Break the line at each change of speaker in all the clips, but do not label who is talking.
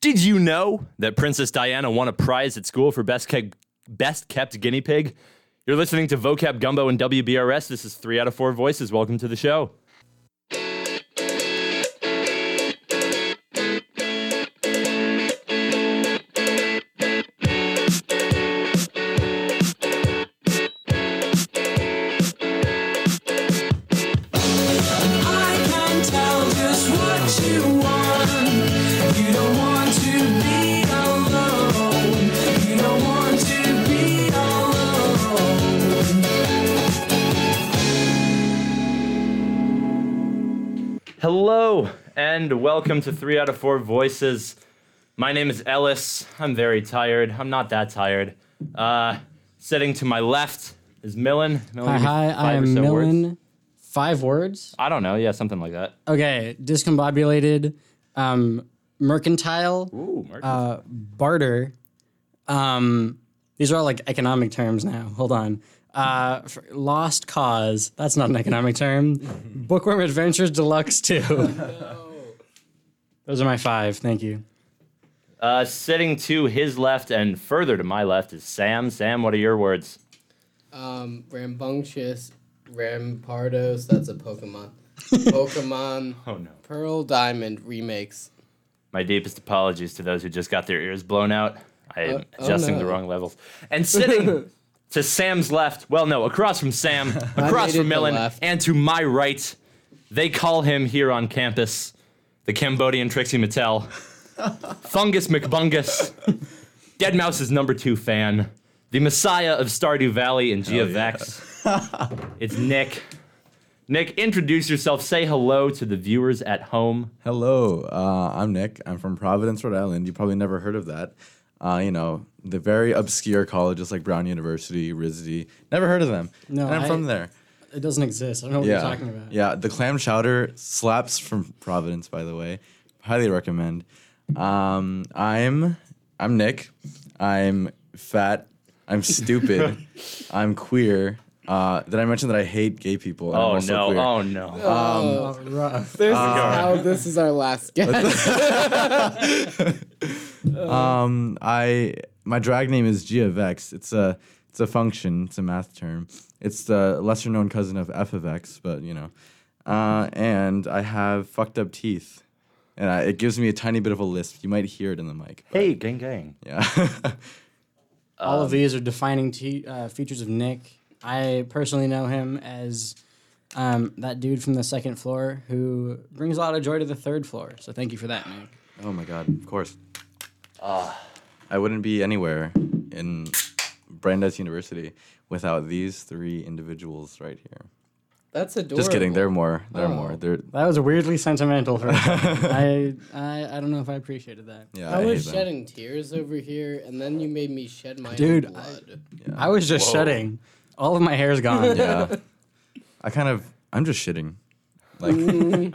Did you know that Princess Diana won a prize at school for best kept, best kept guinea pig? You're listening to Vocab Gumbo and WBRS. This is three out of four voices. Welcome to the show.
I can tell just what you want. You don't want to be alone. You don't want to be alone.
Hello and welcome to Three Out of Four Voices. My name is Ellis. I'm very tired. I'm not that tired. Uh, sitting to my left is Millen. Millen
Hi,
give me
hi, I
five or
am
so words.
Millen. Five words.
I don't know. Yeah, something like that.
Okay, discombobulated, um, mercantile,
Ooh, Mark.
uh, barter. Um, these are all like economic terms now. Hold on. Uh, f- lost cause. That's not an economic term. Bookworm Adventures Deluxe Two. Those are my five. Thank you.
Uh, sitting to his left and further to my left is Sam. Sam, what are your words?
Um, rambunctious Rampardos. That's a Pokemon. Pokemon
Oh no.
Pearl Diamond remakes.
My deepest apologies to those who just got their ears blown out. I am
Uh, oh,
adjusting the
no.
wrong levels. And sitting to Sam's left, well, no, across from Sam, across
made
from
it the
Millen,
left.
and to my right, they call him here on campus the Cambodian Trixie Mattel, Fungus McBungus, Dead Mouse's number two fan, the Messiah of Stardew Valley and GeoVex. it's Nick. Nick, introduce yourself. Say hello to the viewers at home.
Hello, uh, I'm Nick. I'm from Providence, Rhode Island. You probably never heard of that. Uh, you know, the very obscure colleges like Brown University, RISD. Never heard of them.
No,
and I'm
I-
from there.
It doesn't exist. I don't know what
yeah,
you're talking about.
yeah. The clam chowder slaps from Providence, by the way. Highly recommend. Um, I'm I'm Nick. I'm fat. I'm stupid. I'm queer. Uh, did I mention that I hate gay people? and I'm
Oh
also
no,
queer?
oh no.
Oh, rough.
This is how this is our last guest.
Um, I my drag name is g of x. It's a it's a function. It's a math term. It's the lesser known cousin of f of x, but you know. Uh, and I have fucked up teeth, and I, it gives me a tiny bit of a lisp. You might hear it in the mic. but
Hey, gang, gang.
Yeah.
All of these are defining te- uh, features of Nick. I personally know him as um, that dude from the second floor who brings a lot of joy to the third floor. So thank you for that, Nick.
oh my god. Of course. Ah, I wouldn't be anywhere in Brandeis University without these three individuals right here.
That's adorable.
Just kidding. They're more. They're more. They're
That was weirdly sentimental for me. I, I I don't know if I appreciated that.
yeah.
I
hate
was
them.
shedding tears over here, and then you made me shed my
Dude, I-
own blood.
I was just shedding. All of my hair's gone.
Yeah. I kind of, I'm just shitting. Like,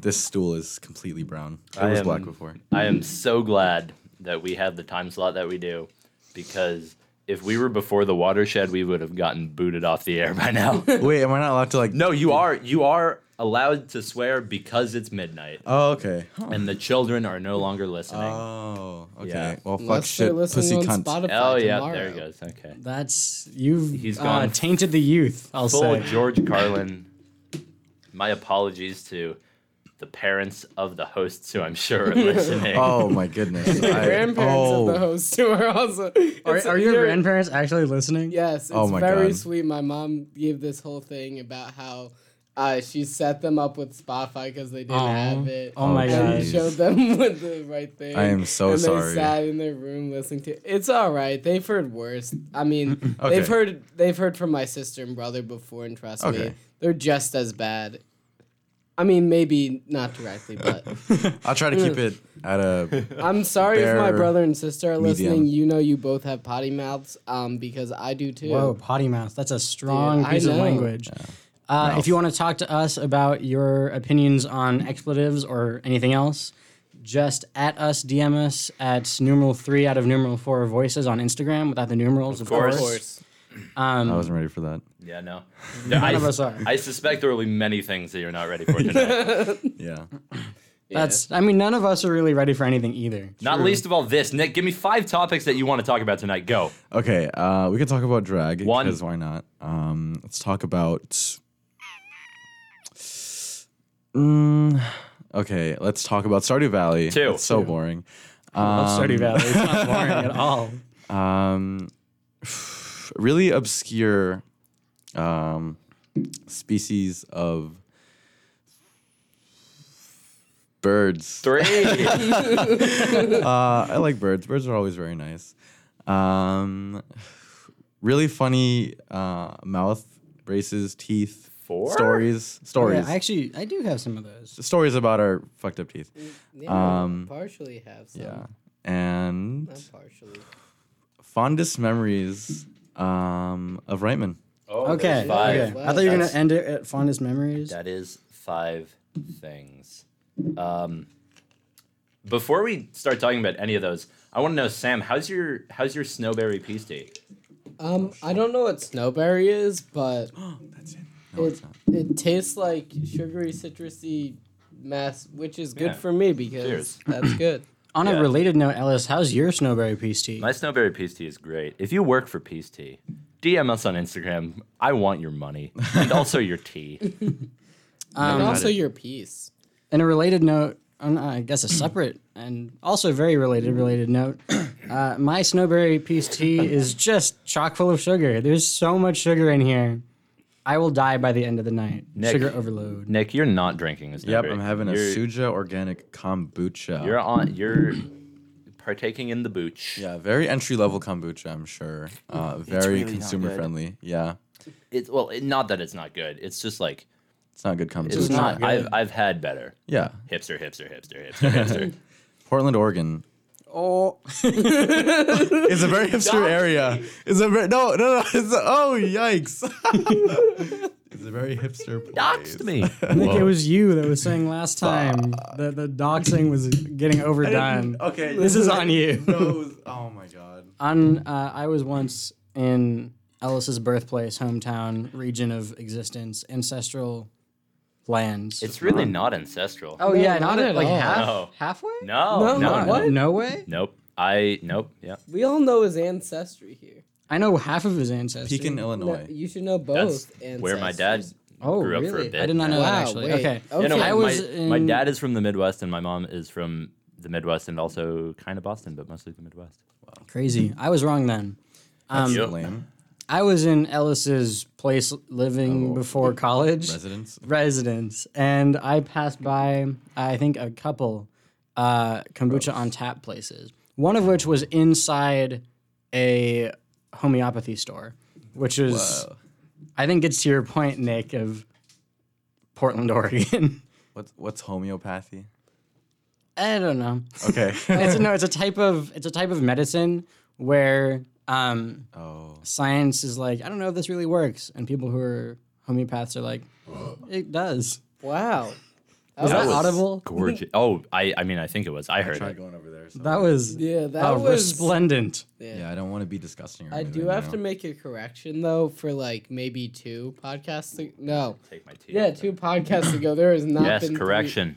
this stool is completely brown. It
I
was
am-
black before.
I am so glad that we had the time slot that we do because if we were before the watershed, we would have gotten booted off the air by now.
Wait, am I not allowed to, like,
no, you are you are allowed to swear because it's midnight
Oh, okay. Huh.
and the children are no longer listening.
Oh, okay.
Yeah.
Well, fuck
Unless they're
shit. Pussy
listening on
cunt.
Spotify
oh yeah,
tomorrow.
there he goes. Okay.
That's you've
He's
uh,
gone.
tainted the youth. I'll
Full
say.
George Carlin. My apologies to the parents of the hosts who I'm sure are listening.
Oh, my goodness.
The
I-
grandparents
oh,
of the host who are also.
Are,
it's-
are your
they're-
grandparents actually listening?
Yes, it's
Oh my
very
God.
sweet. My mom gave this whole thing about how uh, she set them up with Spotify because they didn't
Aw.
have it.
Oh my
and
god.
she showed them with the right thing.
I am so
and
sorry.
They sat in their room listening to. It's all right. They've heard worse. I mean,
Okay.
they've heard they've heard from my sister and brother before, and trust
Okay.
me, they're just as bad. I mean, maybe not directly, but
I'll try to keep it at a.
I'm sorry if my
Bare
brother and sister are
medium.
listening. You know, you both have potty mouths, um, because I do too.
Whoa, potty mouth. That's a strong
Dude, I
piece of
know.
language. Uh, if you want to talk to us about your opinions on expletives or anything else, just at us, DM us at numeral three out of numeral four voices on Instagram without the numerals, of,
course.
course. Um,
Of course.
I wasn't ready for that.
Yeah, no. None I,
of us are.
I suspect there will be many things that you're not ready for tonight.
Yeah.
That's. I mean, none of us are really ready for anything either.
Not least of all this, Nick. Give me five topics that you want to talk about tonight. Go.
Okay, uh, we can talk about drag.
One.
Because why not? Um, let's talk about. Mm, okay, let's talk about Stardew Valley.
Two.
It's so boring.
Love Stardew Valley. It's not boring at all.
Um, really obscure um, species of birds.
Three.
Uh, I like birds. Birds are always very nice. Um, really funny uh, mouth braces, teeth,
Four?
stories,
Yeah,
stories,
I actually, I do have some of those.
stories about our fucked up teeth.
Yeah,
Um,
partially have some.
Yeah, and
Not partially.
fondest memories um, of Reitman.
Oh,
Okay.
there's five.
okay. I thought you were gonna
That's-
end it at fondest memories.
That is five things. Um, before we start talking about any of those, I want to know, Sam, how's your how's your snowberry peace tea?
Um, I don't know what snowberry is, but
That's it.
it, it tastes like sugary, citrusy mass, which is
Yeah.
good for me because
Cheers.
that's good.
On
Yeah.
a related note, Ellis, how's your snowberry peace tea?
My snowberry peace tea is great. If you work for peace tea, DM us on Instagram. I want your money and also your tea.
and
got
also
it.
your piece.
And a related note, on, uh, I guess a separate and also very related related note. Uh, my snowberry peace tea is just chock full of sugar. There's so much sugar in here. I will die by the end of the night.
Nick.
Sugar overload.
Nick, you're not drinking a
Yep,
snowberry.
I'm having a
you're,
Suja organic kombucha.
You're on. You're partaking in the booch.
yeah, very entry level kombucha, I'm sure. Uh, very
really not
consumer
good.
friendly. Yeah,
It's well, it, not that it's not good. It's just like
it's not good kombucha.
it's, not.
not good.
I've I've had better.
Yeah,
Hipster, hipster, hipster, hipster, hipster.
Portland, Oregon.
Oh,
It's a very hipster area. It's a very no, no, no. It's a, oh yikes! it's a very hipster place.
Doxed me.
Nick, it was you that was saying last time that the doxing was getting overdone.
Okay,
This is on you.
No, it was- oh my god.
On, uh, I was once in Ellis's birthplace, hometown, region of existence, ancestral lands.
It's really not ancestral.
oh yeah, not
not
at,
at
like
all.
half,
No.
halfway.
No, no, no,
no, what?
No way.
nope. I nope. Yeah,
We all know his ancestry here.
I know half of his ancestors.
uh,
Pekin,
No,
Illinois.
you should know both.
that's where my dad
ancestors.
oh,
grew up
really?
for a bit.
I did not know that
Wow,
actually.
wait.
Okay.
Okay.
You know,
I
my,
was
my
in-
dad is from the Midwest, and my mom is from the Midwest, and also kind of Boston, but mostly the Midwest.
Crazy. I was wrong then. Um,
Yep.
Lame
I was in Ellis's place
Oh,
living before college.
residents.
residence and I passed by I think a couple uh, kombucha on tap places. One of which was inside a homeopathy store, which is
Whoa.
I think gets to your point, Nick, of Portland, Oregon.
What's what's homeopathy?
I don't know.
Okay.
It's a, no, it's a type of it's a type of medicine where um,
oh,
science is like, I don't know if this really works, and people who are homeopaths are like, it does.
Wow.
Was that,
was-
audible?
Gorgeous. oh, I I mean, I think it was. I heard
try
it.
going over there. So.
That was
Yeah, that
Oh,
was.
resplendent.
yeah, I don't want to be disgusting. Or
I do have to make a correction though for like maybe two podcasts. ag- No.
Take my tea.
Yeah, two podcasts ago. There has not
Yes,
been three-
correction.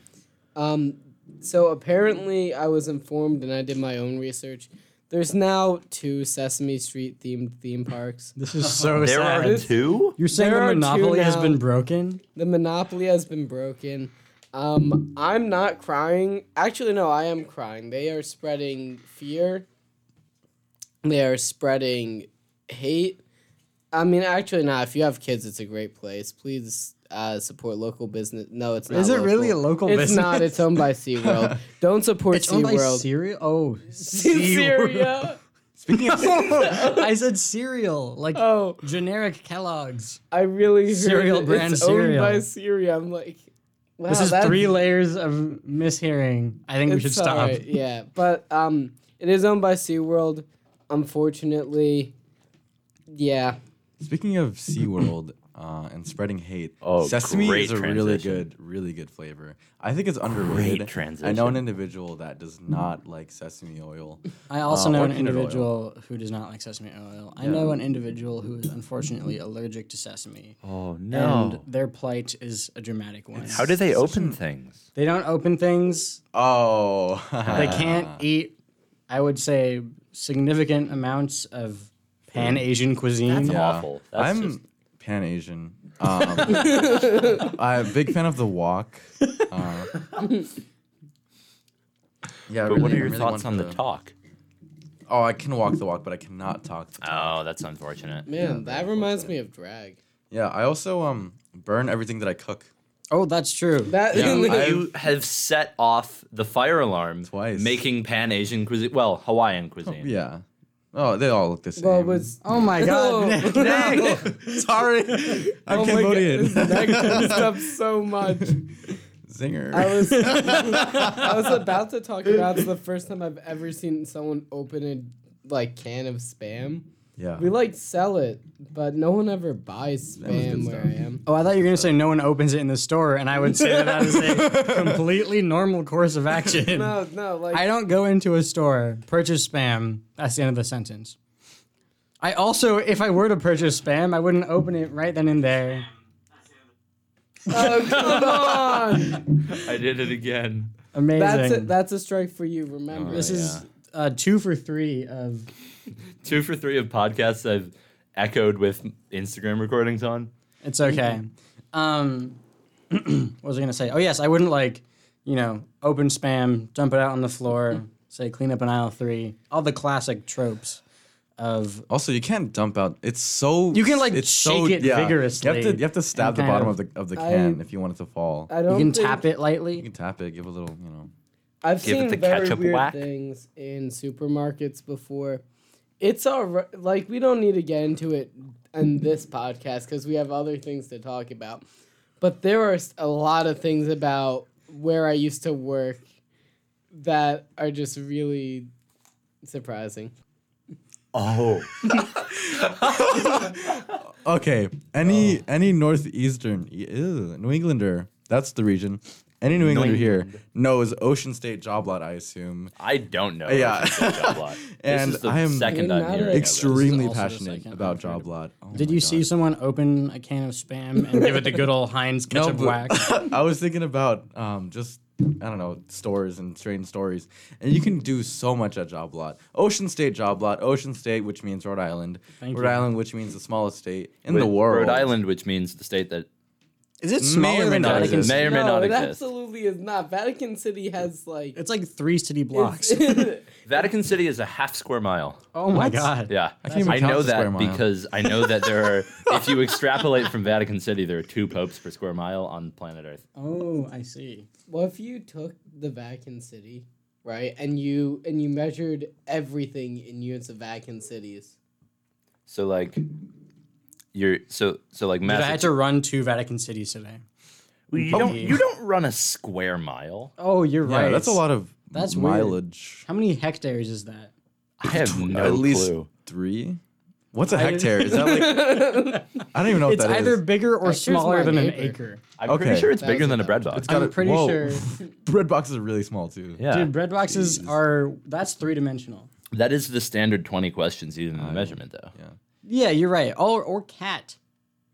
Um, so apparently, I was informed, and I did my own research. There's now two Sesame Street themed theme parks.
This is so
There
sad.
are two.
You're saying
There
the
are two
monopoly has
now.
been broken?
The monopoly has been broken. Um, I'm not crying. Actually, no, I am crying. They are spreading fear. They are spreading hate. I mean, actually, not. if you have kids, it's a great place. Please uh, support local business. No, it's not.
Is it really a local
it's
business?
not. It's owned by SeaWorld. Don't support
It's owned by
SeaWorld.
cereal. Oh, cereal.
Syria.
Speaking of
I said cereal, like
Oh,
generic Kellogg's.
I really heard
Cereal
it.
brand
it's
cereal.
owned by Syria. I'm like, wow,
this is
that's-
three layers of mishearing. I think we should
it's
stop.
alright, Yeah, but um, it is owned by SeaWorld. Unfortunately, yeah,
speaking of SeaWorld, uh, and spreading hate.
Oh,
sesame
great
is a really
transition.
good, really good flavor. I think it's underrated. I know
transition.
an individual that does not like sesame oil.
I also
Uh,
know
or
an
peanut oil.
individual who does not like sesame oil. I know an individual who is unfortunately allergic to sesame.
Oh
And their plight is a dramatic one.
How do they open things?
they don't open things.
Oh,
They can't eat, I would say, significant amounts of pan Asian cuisine.
That's awful. That's
I'm
just-
pan Asian. Um, I'm a big fan of the walk. Uh, yeah,
But what
really-
are your
really
thoughts
want
on the talk?
Oh, I can walk the walk, but I cannot talk the talk.
Oh, that's unfortunate.
Man, that reminds me of drag.
Yeah, I also um burn everything that I cook.
Oh, that's true.
That
you have set off the fire alarm
Twice.
making pan Asian cuisine, well, Hawaiian cuisine.
Yeah. Oh, they all look the same.
well, it was
oh my God. Nick.
sorry. I'm
oh my God, this
Cambodian.
neck messed up so much.
Zinger.
I was I was about to talk about it's the first time I've ever seen someone open a like can of spam.
yeah.
We like sell it, but no one ever buys
was
spam
good
where
stuff.
I am.
Oh, I thought you were going to say no one opens it in the store, and I would say that that is a completely normal course of action.
No, no, like
I don't go into a store, purchase spam. That's the end of the sentence. I also, if I were to purchase spam, I wouldn't open it right then and there.
oh, come on.
I did it again.
Amazing.
That's a, that's a strike for you.
Oh,
Remember
Oh,
this is uh, two for three of.
Two for three of podcasts I've echoed with Instagram recordings on.
It's okay. Um, what was I gonna say? Oh yes, I wouldn't like, you know, open spam, dump it out on the floor, say clean up an aisle three, all the classic tropes of.
also, you can't dump out. It's so.
You can, like,
it's
shake it vigorously
You have to, you have to stab
and
the
kind
bottom
of-
of, the of the can if you want it to fall.
I
You
don't.
can
think-
tap it lightly.
you can tap it, give a little, you know.
I've
Give it
seen
the
very
ketchup
weird
whack.
things in supermarkets before. It's all right. Like we don't need to get into it in this podcast because we have other things to talk about. But there are s- a lot of things about where I used to work that are just really surprising.
Oh.
Okay, any
Oh.
any northeastern e, ew, New Englander, that's the region. Any New Englander here knows Ocean State job lot, I assume.
I don't know.
Yeah.
Ocean State Job Lot.
And
this is the
I am
second
You're
I'm
not
hearing.
an
of this.
Extremely
also the
passionate
second
about
I've heard
job lot. Oh
Did
my
you
God.
see someone open a can of spam and give it the good old Heinz ketchup
but-
whack?
I was thinking about um, just I don't know stores and strange stories, and you can do so much at Job Lot. Ocean State Job Lot, Ocean State, which means Rhode Island,
Thank
Rhode
you.
Island, which means the smallest state in
With
the world.
Rhode Island, which means the state that
Is it
smaller
smaller than
than Vatican
Vatican
City?
may or may
no,
not
it
exist.
absolutely is not. Vatican City has like
It's like three city blocks.
it's-
Vatican City is a half square mile.
oh my god.
Yeah, I,
can't even count
know
the square
that
mile.
because I know that there are. if you extrapolate from Vatican City, there are two popes per square mile on planet Earth.
Oh, I see.
What if you took the Vatican City, right, and you and you measured everything in units of Vatican cities?
So like, you're so so like
Dude, I had
Massachusetts.
to run to Vatican cities today.
you don't you don't run a square mile.
Oh, you're
Yeah, that's a lot of
That's weird.
mileage.
How many hectares is that?
I have no
At least
clue.
three. What's a
I-
hectare? Is that like I don't even know what
It's
that
either
is.
bigger or
Hectare's
smaller
my
than an
neighbor.
acre.
I'm
Okay.
pretty sure it's
That was
bigger than a
enough.
bread box.
It's gotta-
I'm pretty
whoa.
sure.
bread boxes are really small too.
yeah,
Dude, bread boxes are that's three dimensional.
that is the standard twenty questions used in the measurement though.
Yeah.
Yeah, you're right. Or or cat.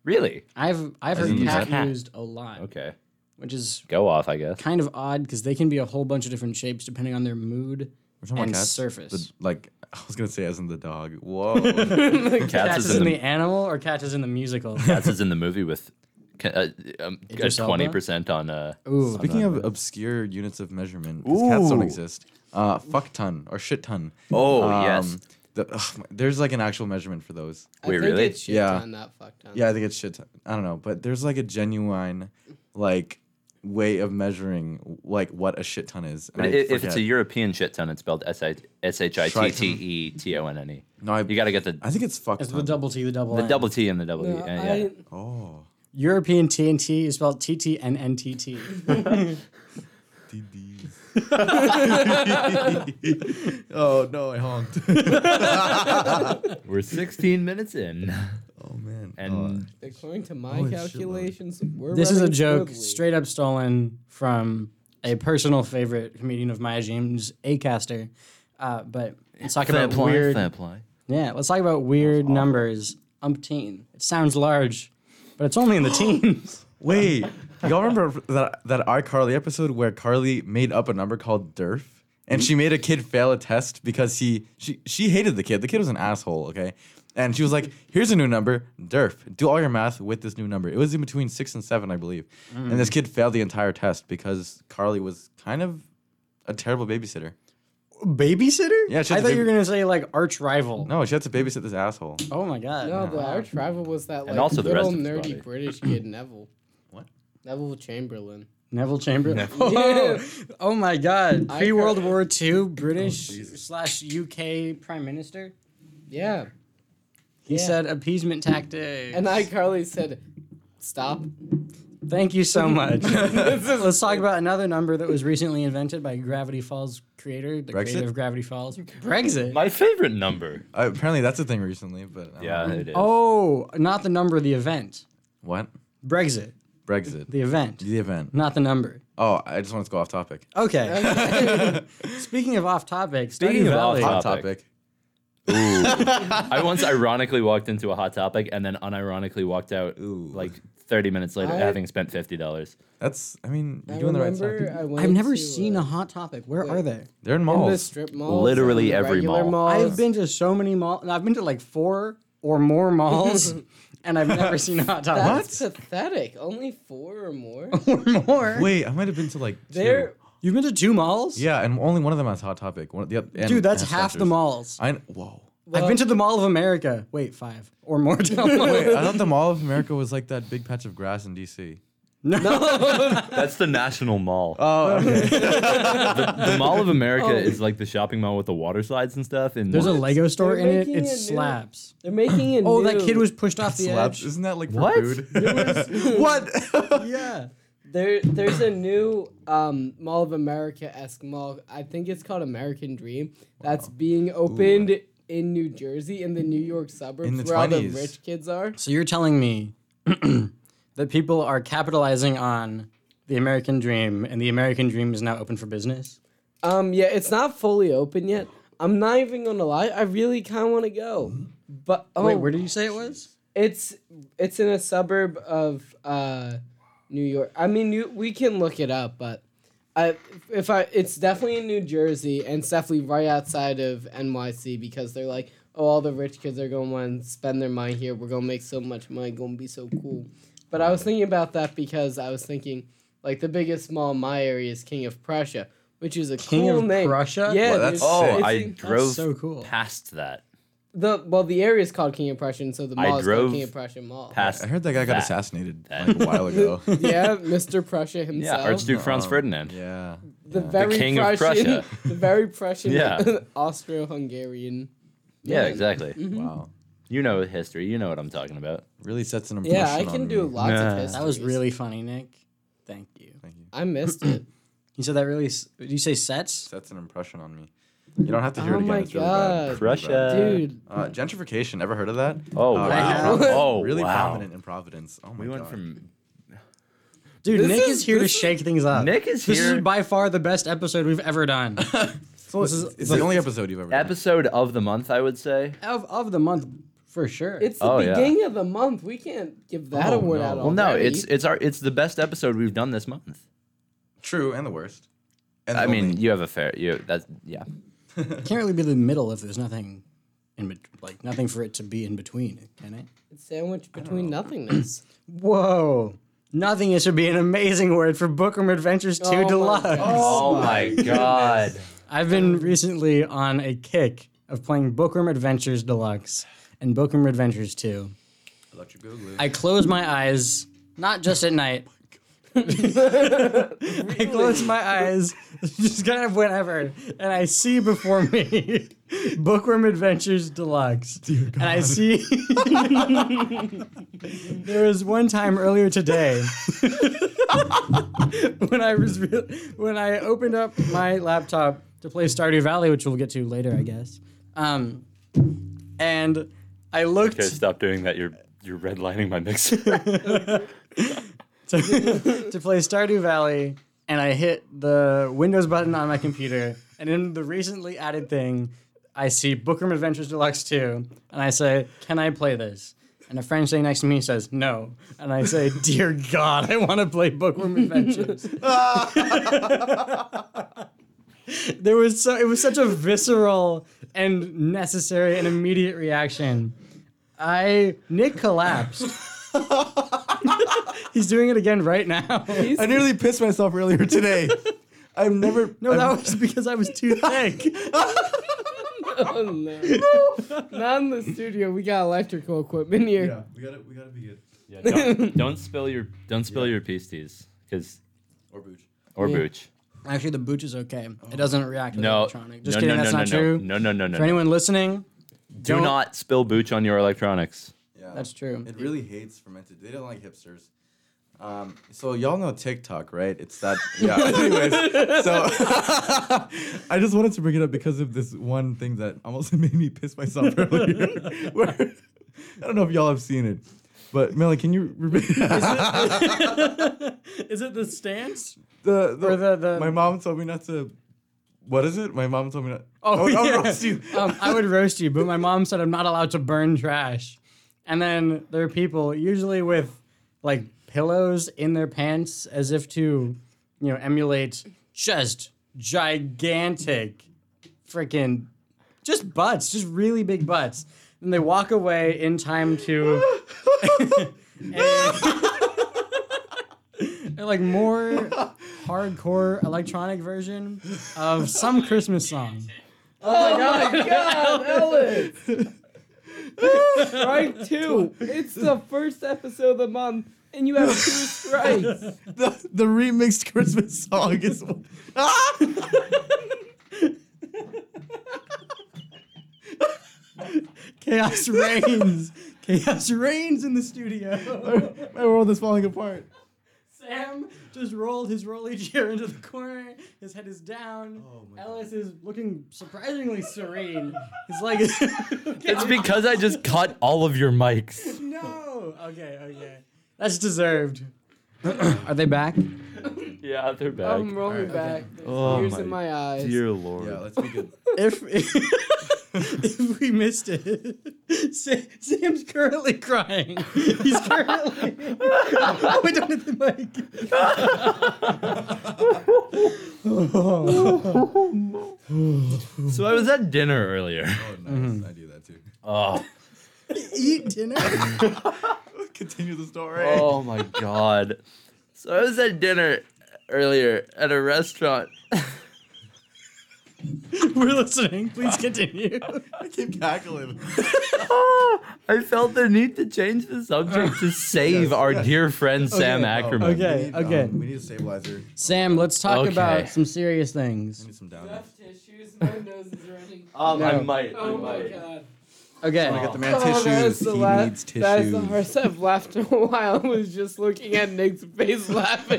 Really?
I've I've
didn't
heard
use
cat,
that.
used a lot,
Okay,
which is
go off. I guess.
kind of odd because they can be a whole bunch of different shapes depending on their mood
We're talking about
and
cats?
surface.
The- like I was gonna say, as in the dog. Whoa.
Cats,
Cats
is in the
animal or Cats is in the musical?
Cats is in the movie with ca- uh, um,
Idris Elba?
twenty percent on uh,
Ooh,
Speaking of obscure units of measurement, 'cause cats don't exist. Uh, fuck ton or shit ton. Um,
Oh, yes.
the- ugh, my- there's like an actual measurement for those.
Wait,
I think
really?
It's shit
Yeah.
ton, not fuck ton. Uh,
Yeah, I think it's shit ton. I don't know, but there's like a genuine, like, way of measuring like what a shit ton is. And
But
I
i- if it's
forget.
a European shit ton, it's spelled S I S H I T T E T O N N E.
no, I,
You got to get the
I think it's fuck
It's the
ton.
double T, the double
the
N.
double T and the double E.
No,
Yeah, yeah.
I,
oh,
European TNT is spelled TT and NTT.
oh no, I honked.
We're 16 minutes in.
Oh man.
And-
According to my
shitload.
calculations, we're
This is a
running
joke
smoothly.
straight up stolen from a personal favorite comedian of my James Acaster. Uh, but let's talk about weird.
apply.
Yeah, let's talk about weird numbers. Umpteen. It sounds large, but it's only in the teens.
Wait, y'all remember that that iCarly episode where Carly made up a number called Derf? And she made a kid fail a test because he she she hated the kid. The kid was an asshole, okay? And she was like, here's a new number, DERF. Do all your math with this new number. It was in between six and seven, I believe. And this kid failed the entire test because Carly was kind of a terrible babysitter.
Babysitter?
Yeah,
I
she had
thought
the
you were
baby-
gonna say like arch rival.
No, she had to babysit this asshole.
Oh my god.
No, the arch rival was that like
also the
little
rest of his
nerdy
body.
British kid Neville.
What?
Neville Chamberlain.
Neville Chamberlain.
Uh,
Oh, oh my god.
I
Pre World War II British slash UK Prime Minister.
Yeah,
He
Yeah.
said appeasement tactics.
and iCarly said, "Stop."
Thank you so much. Let's talk about another number that was recently invented by Gravity Falls creator, the
Brexit?
creator of Gravity Falls. Brexit.
My favorite number.
Uh, apparently, that's a thing recently, but uh,
Yeah, it is.
oh, not the number, the event.
What?
Brexit,
Brexit.
the event,
The event.
not the number.
Oh, I just wanted to go off topic.
Okay. Speaking of off topic,
Speaking
Stardew
of off
Valley.
top-
Hot
Topic.
topic.
I once ironically walked into a hot topic and then unironically walked out
Ooh.
like 30 minutes later
I-
having spent $50.
That's, I mean, you're
I
doing the right
remember
stuff.
I went
I've never
to,
seen
uh,
a hot topic. Where
wait.
are they?
They're in
in the
malls.
strip malls,
Literally
and
every
regular
mall.
malls.
I've been to so many malls. I've been to like four or more malls, and I've never seen a hot topic.
That's pathetic. Only four or more.
Or more.
Wait, I might have been to like
They're
two.
You've been to two malls?
Yeah, and only one of them has Hot Topic. One, the oth- and,
Dude, that's
and
half the
Skechers.
malls.
I kn- whoa.
I've been to the Mall of America. Wait, five or more.
Wait, I thought the Mall of America was like that big patch of grass in DC.
That's the National Mall.
Oh,
the Mall of America is like the shopping mall with the water slides and stuff. And
There's a Lego store
They're
in it.
making
It
a new-
slaps.
they're making it.
Oh, that kid was pushed off the
slaps.
edge.
Isn't that like for
What?
food? what?
Yeah.
There, there's a new um, Mall of America esque mall. I think it's called American Dream. That's being opened in New Jersey in the New York suburbs
In the
where all the
20s.
rich kids are.
So you're telling me that people are capitalizing on the American dream, and the American dream is now open for business?
Um, yeah, it's not fully open yet. I'm not even gonna lie. I really kind of want to go, but oh,
Mm-hmm. Wait, where did you say it was?
it's it's in a suburb of uh, New York. I mean, you, we can look it up, but I if I it's definitely in New Jersey and it's definitely right outside of NYC because they're like, oh, all the rich kids are going to want to spend their money here. We're gonna make so much money, gonna be so cool. But I was thinking about that because I was thinking like the biggest mall in my area is King of Prussia, which is a
King
cool
of
name.
Prussia?
Yeah,
Well, that's
there's-
sick.
oh,
it's
I
in-
drove
so cool.
past that.
the well, the area is called King of Prussia, and so the
I
mall is
drove
called King of Prussia Mall.
Past
I heard that guy got
That.
assassinated like a while ago.
yeah, Mr. Prussia
yeah,
himself.
Archduke Franz
Um,
Ferdinand.
Yeah.
the very
king of
Prussian,
Prussia.
the very Prussian,
Yeah.
Austro-Hungarian.
Yeah,
Mm-hmm.
exactly.
Wow.
You know history. You know what I'm talking about.
Really sets an impression.
Yeah, I
on
can do
me.
lots
Nah.
of history.
That was really funny, Nick. Thank you.
I missed it.
You said that really. s- Did you say sets?
Sets an impression on me. You don't have to hear
Oh
it again.
my
it's really bad.
God.
It's really bad.
Russia.
Dude,
Uh, gentrification. Ever heard of that?
Oh, wow.
Uh, Really, prominent-
Oh,
really
wow.
prominent in Providence. Oh my
We went
God.
from.
Dude,
This
Nick is,
is-
here to
this is-
shake things up.
Nick is
this
here-
is by far the best episode we've ever done. this is
It's the only episode you've ever done.
Episode of the month, I would say.
of, of the month for sure.
it's the
Oh, yeah.
beginning of the month. We can't give that
Oh,
award
no.
out.
Well,
Well, no,
already.
it's it's our it's the best episode we've done this month.
True and the worst. And
I
the
mean,
only.
you have a fair you that's yeah.
it can't really be the middle if there's nothing in bet- like nothing for it to be in between, can it?
sandwiched between nothingness.
Whoa. Nothing is should be an amazing word for Bookworm Adventures 2
Oh my
Deluxe.
God.
Oh my god.
I've been recently on a kick of playing Bookworm Adventures Deluxe and Bookworm Adventures 2.
Electric Boogaloo.
I close my eyes, not just at night. I close my eyes, just kind of whenever, and I see before me Bookworm Adventures Deluxe. And I see. there was one time earlier today when I was real when I opened up my laptop to play Stardew Valley, which we'll get to later, I guess. Um, and I looked.
Okay, stop doing that. You're
You're redlining my mix.
to, to play Stardew Valley, and I hit the Windows button on my computer, and in the recently added thing, I see Bookworm Adventures Deluxe 2, and I say, Can I play this? And a friend sitting next to me says, No. And I say, Dear God, I want to play Bookworm Adventures. there was so it was such a visceral and necessary and immediate reaction. I Nick collapsed. He's doing it again right now.
I nearly pissed myself earlier today. I've never.
No,
I've-
that was because I was too thick.
Oh, no. Not in the studio. We got electrical equipment here.
Yeah, we gotta, we gotta be good.
yeah, don't, don't spill your don't spill your pasties because
Or booch.
or
Yeah.
booch.
Actually, the booch is okay. It doesn't react to
No,
electronic. Just
no,
kidding,
no,
that's
no,
not
no,
true.
No, no, no, no.
For
no.
anyone listening,
Do
don't-
not spill booch on your electronics.
Yeah.
that's true.
It really hates fermented. They don't like hipsters. Um, so y'all know TikTok, right? It's that. Yeah. Anyways, so I just wanted to bring it up because of this one thing that almost made me piss myself earlier. Where, I don't know if y'all have seen it, but Melly, can you repeat
Is it the stance?
the, the,
Or the- the-
My mom told me not to. What is it? My mom told me not.
Oh, yeah.
roast you.
um, I would roast you, but my mom said I'm not allowed to burn trash. And then there are people, usually with like pillows in their pants, as if to, you know, emulate just gigantic freaking just butts, just really big butts. And they walk away in time to a, a, like more hardcore electronic version of some Christmas song.
Oh God, Ellen! Strike two. It's the first episode of the month, and you have two strikes.
the, the remixed Christmas song is. Ah!
Chaos reigns. Chaos reigns in the studio.
My world is falling apart.
Sam just rolled his rolly chair into the corner. His head is down.
Oh.
Ellis is looking surprisingly serene. He's like,
It's because I just cut all of your mics.
no. Okay, okay. That's deserved. Are they back?
Yeah, they're back.
I'm rolling back. There's
Oh
tears
my
in my eyes.
Dear Lord.
Yeah, let's be good.
If if we missed it, Sam, Sam's currently crying. He's currently. oh, we don't hit the mic.
So I was at dinner earlier.
Oh, nice. I do that too.
Oh,
Eat dinner.
Continue the story.
oh my God. So I was at dinner earlier at a restaurant.
We're listening. Please continue.
I keep cackling.
Oh, I felt the need to change the subject to save
Yes,
our
yes.
dear friend Sam Ackerman.
okay.
we need, um,
okay.
we need a stabilizer.
Sam, let's talk
Okay.
about some serious things.
Need some down.
Enough tissues. My nose is running.
Um, I
No.
might. I
Oh my
might.
god.
Okay.
Get the man
Oh, that's
tissues.
the
he
la-
needs tissues.
That's the first I've laughed in a while. Was just looking at Nick's face, laughing.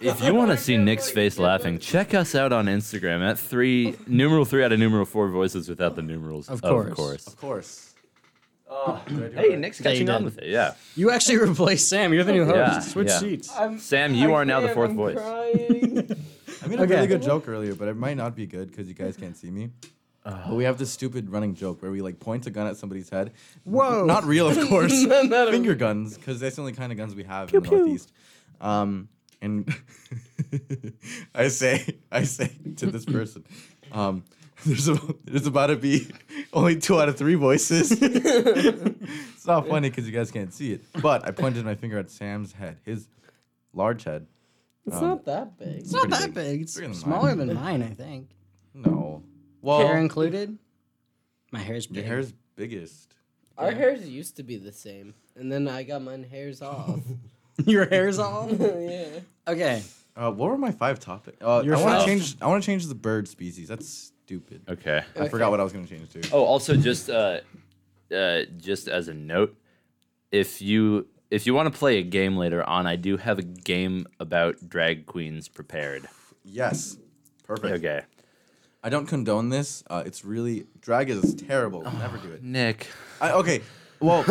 If you want to see Nick's face laughing, check us out on Instagram at three numeral three out of numeral four voices without the numerals. Of
course.
course.
of course.
Hey, Nick's
Yeah, you
catching on
did.
with it. Yeah.
You actually replaced Sam. You're the new host.
Yeah,
Switch
yeah.
seats.
I'm,
Sam, you
I
are now the
can't,
fourth
I'm
voice.
Crying.
I made a
Okay.
really good joke earlier, but it might not be good because you guys can't see me. but we have this stupid running joke where we like point a gun at somebody's head.
Whoa.
Not real, of course.
Not a-
Finger guns, because that's the only kind of guns we have in the Northeast. Um, and I say, I say to this person, um, there's a, there's about to be only two out of three voices. it's not funny because you guys can't see it, but I pointed my finger at Sam's head, his large head.
It's not that big.
it's not that big. It's
Bigger than
smaller
mine.
than mine, I think.
No, well,
hair included. My hair's big.
Oh. your hair's biggest.
Our hairs used to be the same, and then I got mine hairs off.
Your hair's all.
yeah.
Okay.
Uh, what were my five topics? Uh,
Your
I want
five-
to change. I want to change the bird species. That's stupid.
Okay.
I forgot what I was gonna change to.
Oh, also just uh, uh, just as a note, if you if you want to play a game later on, I do have a game about drag queens prepared.
Yes, perfect.
Okay.
Oh.
I don't condone this. Uh, it's really drag is terrible. Never do it.
Nick.
I, okay, Well,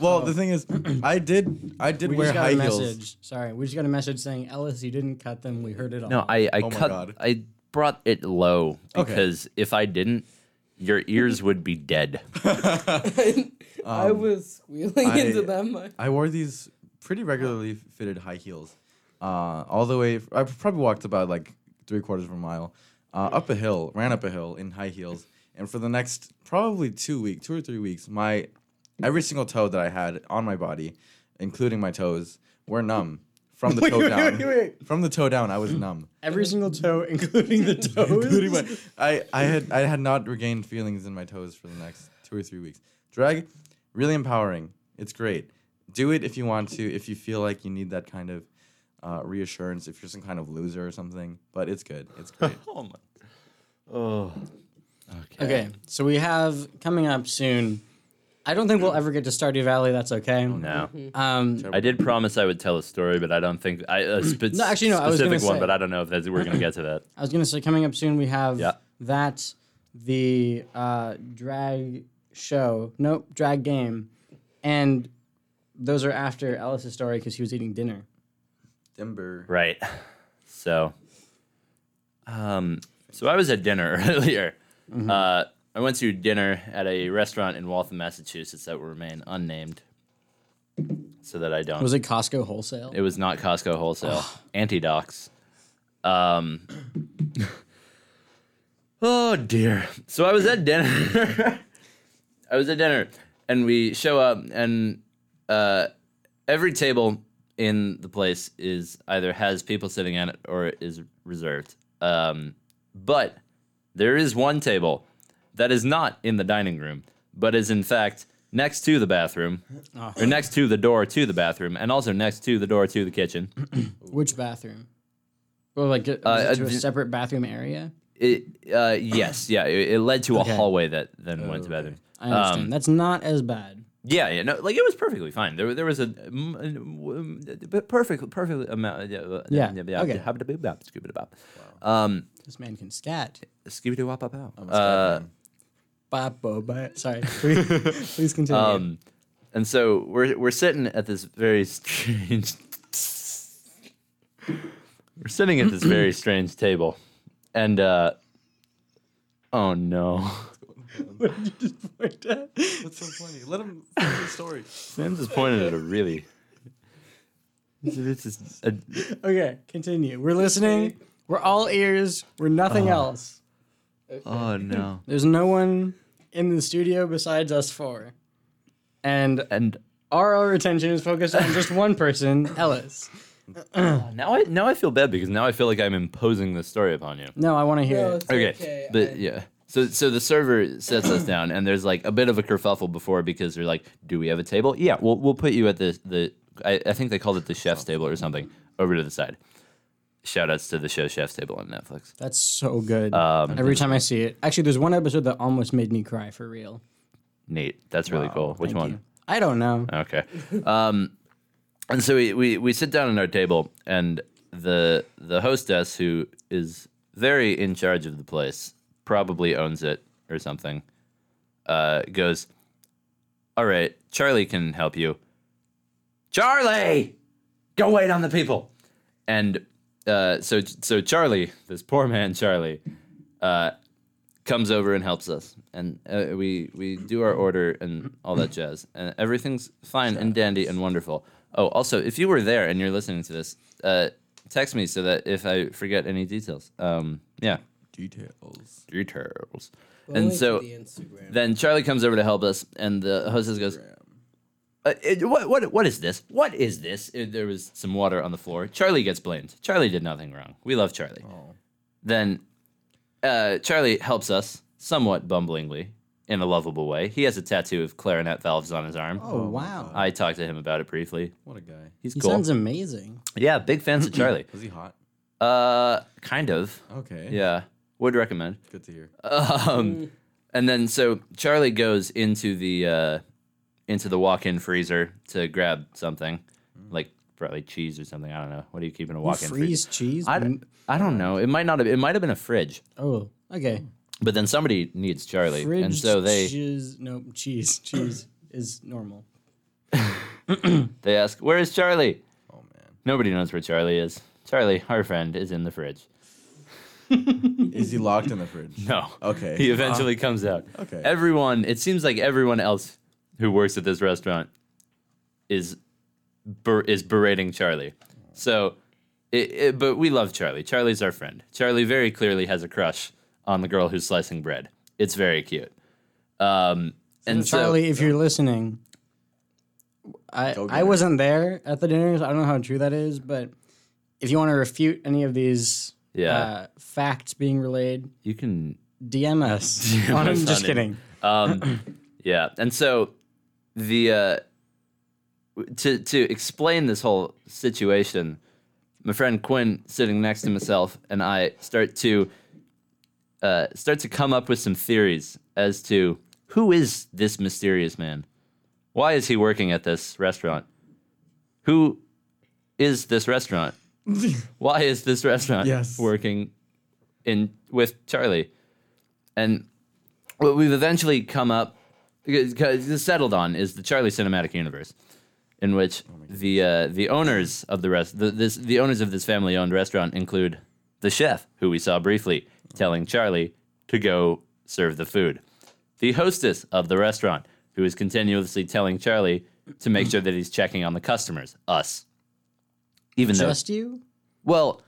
well, the thing is, I did, I did
We
wear
just got
high
a
heels.
message. Sorry, we just got a message saying Ellis, you didn't cut them. We heard it all.
No, I, I
Oh my
cut.
God.
I brought it low because if I didn't, your ears would be dead.
I was squealing
I-
into that mic.
I wore these pretty regularly fitted high heels, uh, all the way. I probably walked about like three quarters of a mile uh, up a hill, ran up a hill in high heels, and for the next probably two week, two or three weeks, my every single toe that I had on my body, including my toes, were numb from the toe down. From the toe down, I was numb.
Every single toe, including the toes.
Including my, I, I had I had not regained feelings in my toes for the next two or three weeks. Drag, really empowering. It's great. Do it if you want to. If you feel like you need that kind of uh, reassurance, if you're some kind of loser or something, but it's good. It's great.
Oh my.
Okay, so we have coming up soon. I don't think we'll ever get to Stardew Valley. That's okay.
No,
Um,
I did promise I would tell a story, but I don't think I a spe-
No, actually, no, I was
specific
gonna
one.
say-
But I don't know if that's, we're gonna get to that.
I was gonna say coming up soon we have
Yeah.
that the uh, drag show. Nope, drag game, and those are after Ellis's story because he was eating dinner.
Timber.
Right. So, um, so I was at dinner earlier. Uh, I went to dinner at a restaurant in Waltham, Massachusetts that will remain unnamed, so that I don't.
Was it Costco wholesale?
It was not Costco wholesale. Antidox. Um. oh dear. So I was at dinner. I was at dinner, and we show up, and uh, every table in the place is either has people sitting at it or is reserved. Um, but there is one table that is not in the dining room, but is in fact next to the bathroom, or next to the door to the bathroom, and also next to the door to the kitchen.
Which bathroom? Well, like was
Uh,
it to
uh,
a
d-
separate bathroom area.
It, uh, yes, yeah, it, it led to a
Okay.
hallway that then went to bathroom.
I understand.
Um,
That's not as bad.
Yeah, yeah, no, like it was perfectly fine. There, there was a mm, mm, mm, but perfect, perfect amount. Yeah,
Yeah, okay.
Um,
This man can scat.
Scooby-Doo, wop, wop, wop. Uh,
Scott Lang.
Bop, bo, bo. Sorry. Please, please continue.
Um, and so we're we're sitting at this very strange. we're sitting at this very strange table, and uh, oh no,
That's so funny. Let him finish the story.
Sam just pointed at a really. This is a,
okay, continue. We're listening. We're all ears. We're
Uh-huh.
nothing else.
oh no,
There's no one in the studio besides us four. And
and
our, our attention is focused on just one person, Ellis.
now I now I feel bad because now I feel like I'm imposing this story upon you.
No, I want to hear
No,
it.
Oh, it's
Okay.
okay.
But yeah. So so the server sets us down and there's like a bit of a kerfuffle before because they're like, Do we have a table? Yeah, we'll we'll put you at the the I, I think they called it the chef's table or something over to the side. Shout outs to the show Chef's Table on Netflix.
That's so good.
Um,
Every time I see it. Actually, there's one episode that almost made me cry for real.
Neat. That's really cool. Which
Thank
one?
you. I don't know.
Okay. Um, and so we, we, we sit down at our table, and the the hostess, who is very in charge of the place, probably owns it or something, uh, goes, All right, Charlie can help you. Charlie! Go wait on the people! And uh, so, so Charlie, this poor man Charlie, uh, comes over and helps us, and uh, we we do our order and all that jazz, and everything's fine and dandy and wonderful. Oh, also, if you were there and you're listening to this, uh, text me so that if I forget any details, um, yeah,
Details.
details.
Only
and
for
so
the Instagram.
then Charlie comes over to help us, and the hostess goes, uh, it- what, what, what is this? What is this? Uh, there was some water on the floor. Charlie gets blamed. Charlie did nothing wrong. We love Charlie. Then uh, Charlie helps us somewhat bumblingly in a lovable way. He has a tattoo of clarinet valves on his arm.
Oh, wow.
I talked to him about it briefly.
What a guy.
He's
he
uh, cool.
sounds amazing.
yeah, big fans of Charlie.
Was he hot?
Uh, kind of.
Okay.
Yeah, would recommend.
Good to hear.
Mm.
Um, and then so Charlie goes into the uh, into the walk-in freezer to grab something, like probably cheese or something. I don't know. What do you keep in a walk-in
Mm. Freeze
freezer?
cheese?
I don't, I don't know. It might not have. It might have been a fridge.
oh, okay.
But then somebody needs Charlie,
Fridge
and so they
cheese. No, cheese. Cheese. is normal.
They ask, Where is Charlie? Oh, man. Nobody knows where Charlie is. Charlie, our friend, is in the fridge.
Is he locked in the fridge?
No.
Oh,
Okay.
He eventually comes out.
okay.
Everyone, it seems like everyone else who works at this restaurant is ber- is berating Charlie. So, it, it, but we love Charlie. Charlie's our friend. Charlie very clearly has a crush on the girl who's slicing bread. It's very cute. Um, and so-
Charlie, if you're listening, I
get
I
her.
wasn't there at the dinners. I don't know how true that is, but if you want to refute any of these
Yeah.
uh, facts being relayed,
you can um,
DM us. Oh,
us
I'm just
on
kidding.
Yeah, and so the uh, w- to to explain this whole situation, my friend Quinn sitting next to myself and I start to uh, start to come up with some theories as to who is this mysterious man, why is he working at this restaurant, who is this restaurant, why is this restaurant
Yes.
working in with Charlie, and what we've eventually come up because 'cause this settled on is the Charlie cinematic universe, in which the uh, the owners of the rest the, this the owners of this family owned restaurant include the chef who we saw briefly telling Charlie to go serve the food, the hostess of the restaurant who is continuously telling Charlie to make sure that he's checking on the customers, us, even
Just you?
though well.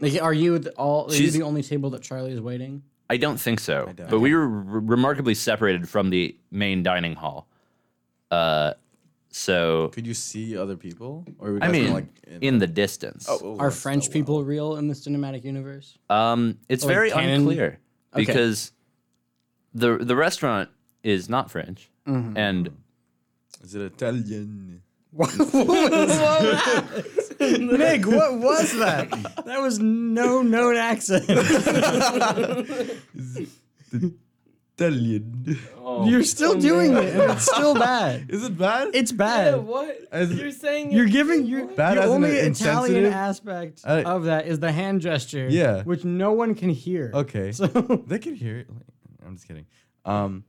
Like, are you the, all? Are you
She's-
the only table that Charlie is waiting?
I don't think so. But we were r- remarkably separated from the main dining hall. Uh, so
Could you see other people? Or were you
I
guys kinda,
mean,
like
in, the distance.
oh,
Are
that's-
French people real in the cinematic universe?
Um, it's very
canon?
unclear because the the restaurant is not French, and
Is it Italian?
Meg, what was that? That was no known
Oh.
accent.
Italian.
You're still doing it, and it's still bad.
Is it bad?
It's bad.
What?
As-
You're saying
You're
it-
giving your
Bad
the
as in
only
an
Italian
insensitive?
aspect
I-
of that is the hand gesture,
Yeah.
which no one can hear.
okay.
So
They can hear it. Like, I'm just kidding. Um,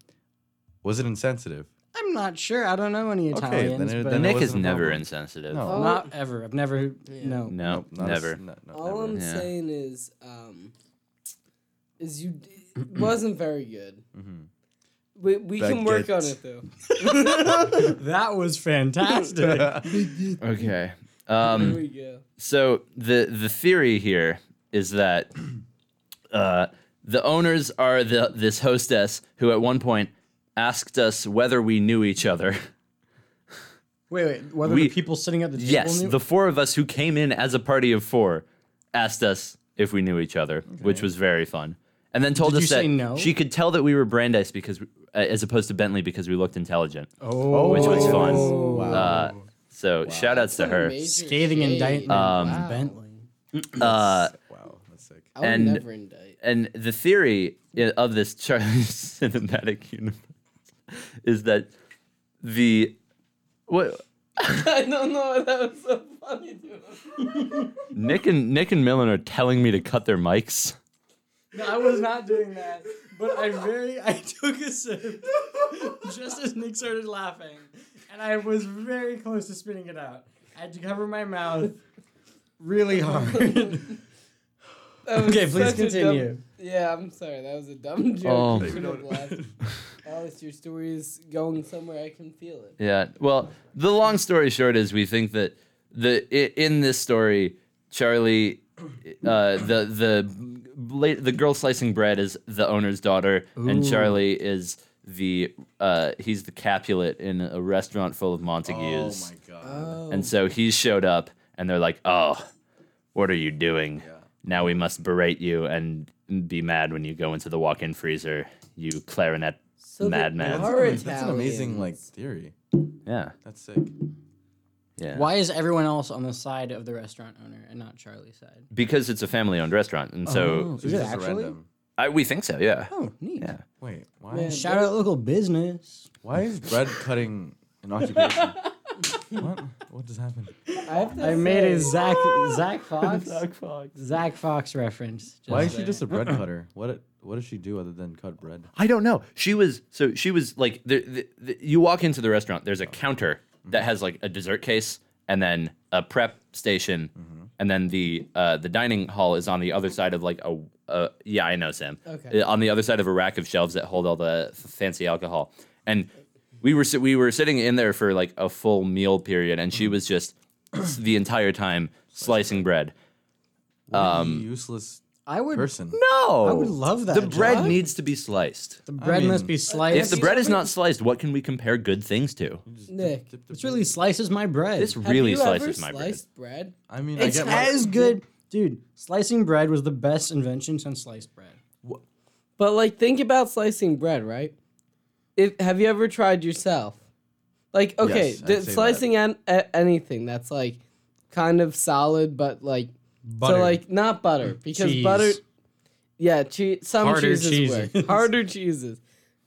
was it insensitive?
I'm not sure. I don't know any
Okay,
Italians,
then it-
but
then it
Nick
wasn't
is
a
never
problem.
insensitive.
No.
not ever. I've never no.
No,
not a s-
never.
not- not
All
never.
I'm
Yeah.
saying is, um, is you it wasn't very good. We we can work on
Baguette.
it though.
That was fantastic.
Okay. Um,
Here we go.
so the the theory here is that uh, the owners are the this hostess who at one point asked us whether we knew each other.
wait, wait. Whether
We-
the people sitting at the table
Yes,
knew-
the four of us who came in as a party of four asked us if we knew each other, which was very fun. And then told
Did
us
you
that
say no?
she could tell that we were Brandeis because, we, uh, as opposed to Bentley, because we looked intelligent.
oh,
which was fun.
Wow.
Uh, so shout outs to her.
Oh, Major
scathing
shade.
indictment.
Um,
of Bentley.
Uh,
wow, that's sick.
I would
and-
never indict.
and the theory i- of this Charlie cinematic universe is that the what
I don't know. That was so funny. Dude.
Nick and Nick and Millen are telling me to cut their mics.
I was not doing that, but I very I took a sip just as Nick started laughing, and I was very close to spitting it out. I had to cover my mouth really hard.
That was
okay, please
such a dumb-
continue.
yeah, I'm sorry. That was a dumb joke.
Oh.
You should have laughed. Alice, your story is going somewhere. I can feel it.
Yeah. Well, the long story short is we think that the i- in this story, Charlie, uh, the the la- the girl slicing bread is the owner's daughter, and Charlie is the uh, he's the Capulet in a restaurant full of
Oh
Montagues.
god.
Oh,
And so he showed up, and they're like, "Oh, what are you doing? Now we must berate you and be mad when you go into the walk-in freezer, you clarinet
So they
madman."
Uh, are
That's an amazing like
Italians.
theory.
Yeah,
That's sick.
yeah.
Why is everyone else on the side of the restaurant owner and not Charlie's side?
Because it's a family-owned restaurant, and so
Is it
Just a
actually?
random-
I, we think so. Yeah.
Oh, neat.
Yeah.
Wait, why?
Man.
Shout out local business.
Why is bread cutting an occupation? what? What just happened?
I, have to
I made
say-
a Zach Zach Fox Zach Fox reference.
Why is
there.
she just a bread cutter? What? What does she do other than cut bread?
I don't know. She was so she was like the, the, the, you walk into the restaurant. There's a counter that has like a dessert case and then a prep station, and then the uh, the dining hall is on the other side of like a uh, yeah I know Sam.
Okay.
Uh, On the other side of a rack of shelves that hold all the f- fancy alcohol, and we were si- we were sitting in there for like a full meal period, and she was just s- the entire time Mm-hmm. slicing bread.
Um, useless
I would.
person.
No,
I would love that.
the bread
job.
needs to be sliced.
The bread
mean-
must be
If
sliced.
the bread is not sliced, what can we compare good things to?
Nick,
this really slices my bread.
This
have
really
you
slices
ever
my bread.
sliced bread.
I mean,
it's
I get my,
as good, dude. Slicing bread was the best invention since sliced bread.
But like, think about slicing bread, right? If have you ever tried yourself? Like, okay,
Yes, I'd
th-
say that.
slicing an- a- anything that's like kind of solid, but like
Butter.
so like not butter
Mm.
because
Cheese.
butter. Yeah, che- some
Harder
cheeses
cheeses.
work. Harder cheeses.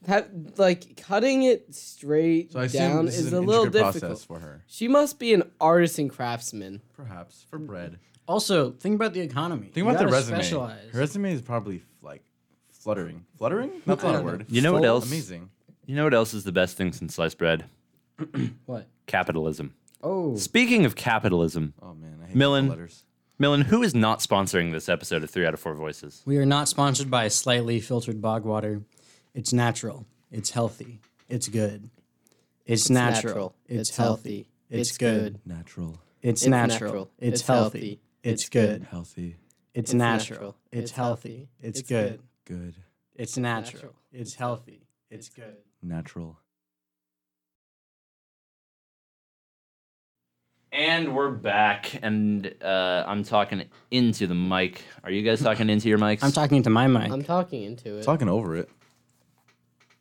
Have, like cutting it straight
so I assume
down
this is,
is
an
a little
intricate
difficult.
process for her,
She must be an artisan craftsman.
perhaps for bread.
Also, think about the economy.
Think
You
about the
Mm-hmm. gotta
resume.
Specialize.
Her resume is probably like fluttering. Fluttering? That's not a word.
You know what
Full-
else?
Amazing.
You know what else is the best thing since sliced bread?
What?
Capitalism.
Oh,
Speaking of capitalism,
Oh man, I hate
Millen.
capital letters.
Millen, who is not sponsoring this episode of Three Out of Four Voices?
we are not sponsored by slightly filtered bog water. It's natural. It's healthy. It's good. It's, natural. It's, healthy. It's, good.
Natural,
It's,
It's
natural.
natural.
It's,
It's
healthy.
healthy.
It's,
It's
good.
healthy,
It's, natural.
natural.
It's,
It's
healthy.
healthy.
It's,
It's
good.
good.
good,
It's natural.
natural.
It's healthy. It's good.
natural.
And we're back, and uh, I'm talking into the mic. Are you guys talking into your mics?
I'm talking to my mic.
I'm talking into it.
Talking over it.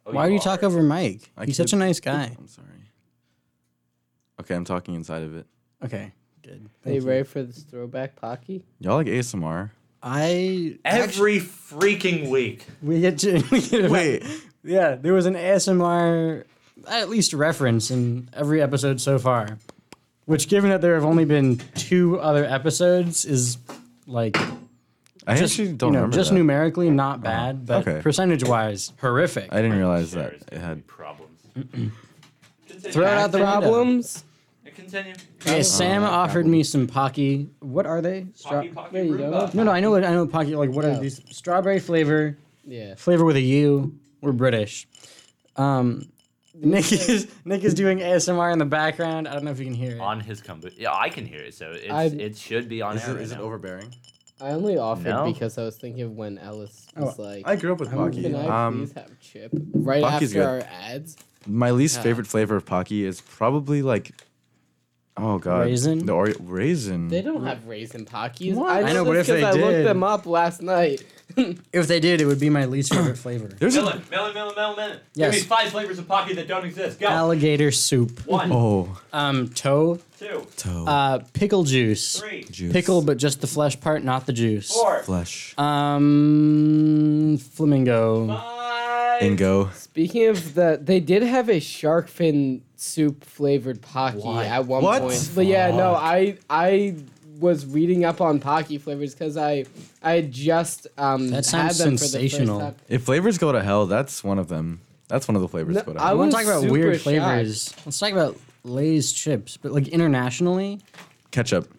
Oh,
Why do you talk over Mike?
I
He's
keep-
such a nice guy.
I'm sorry. Okay, I'm talking inside of it.
Okay, good.
Are you ready for this throwback pocky?
Y'all like ASMR?
I
Every freaking week.
we get to we get
Wait,
Yeah, there was an ASMR at least reference in every episode so far, which, given that there have only been two other episodes, is like
I
just
actually don't
you know,
remember.
just
that. Oh,
numerically not bad, but
Okay.
percentage-wise horrific.
I didn't realize that it had.
problems.
Throw out the
Back to-
problems.
Continue.
Yeah, Sam offered me some pocky. What are they? Stra-
There you go.
no, no, I know what I know. Pocky, like what are
Oh.
these? Strawberry flavor,
Yeah.
flavor with a U. We're British. Um, Nick is Nick is doing ASMR in the background. I don't know if you can hear it.
On his combo. Yeah, I can hear it, so it's,
I'm-
it should be on
Is
air.
it,
right
is it
now.
overbearing?
I only offered
No?
because I was thinking of when Ellis
Oh,
was like,
I grew up with Pocky.
"Can I
Um,
please have chip?" Right
Pocky's
after
good.
our ads.
my least favorite flavor of Pocky is probably like, oh god,
Raisin?
The Oreo raisin.
They
Mm.
don't have raisin pockies.
What?
I know, but if they I
did-
looked them up last night.
If they did, it would be my least favorite flavor.
There's a
Melon, melon, melon, melon, melon.
Yes.
Give me five flavors of Pocky that don't exist. Go.
Alligator soup.
One,
oh
Um, toe.
two,
toe
Uh, pickle juice.
three,
juice
Pickle, but just the flesh part, not the juice.
four,
flesh
Um, flamingo.
five.
ingo.
Speaking of the, they did have a shark fin soup flavored pocky at one
What?
point. But yeah, no, I I was reading up on pocky flavors because I I just um
That
had
sounds
them
sensational.
for the first time.
If flavors go to hell, that's one of them. That's one of the flavors
No,
go to
I
hell.
I want to
was
talk about
super
weird
shocked.
flavors. Let's talk about Lay's chips, but like internationally,
Ketchup.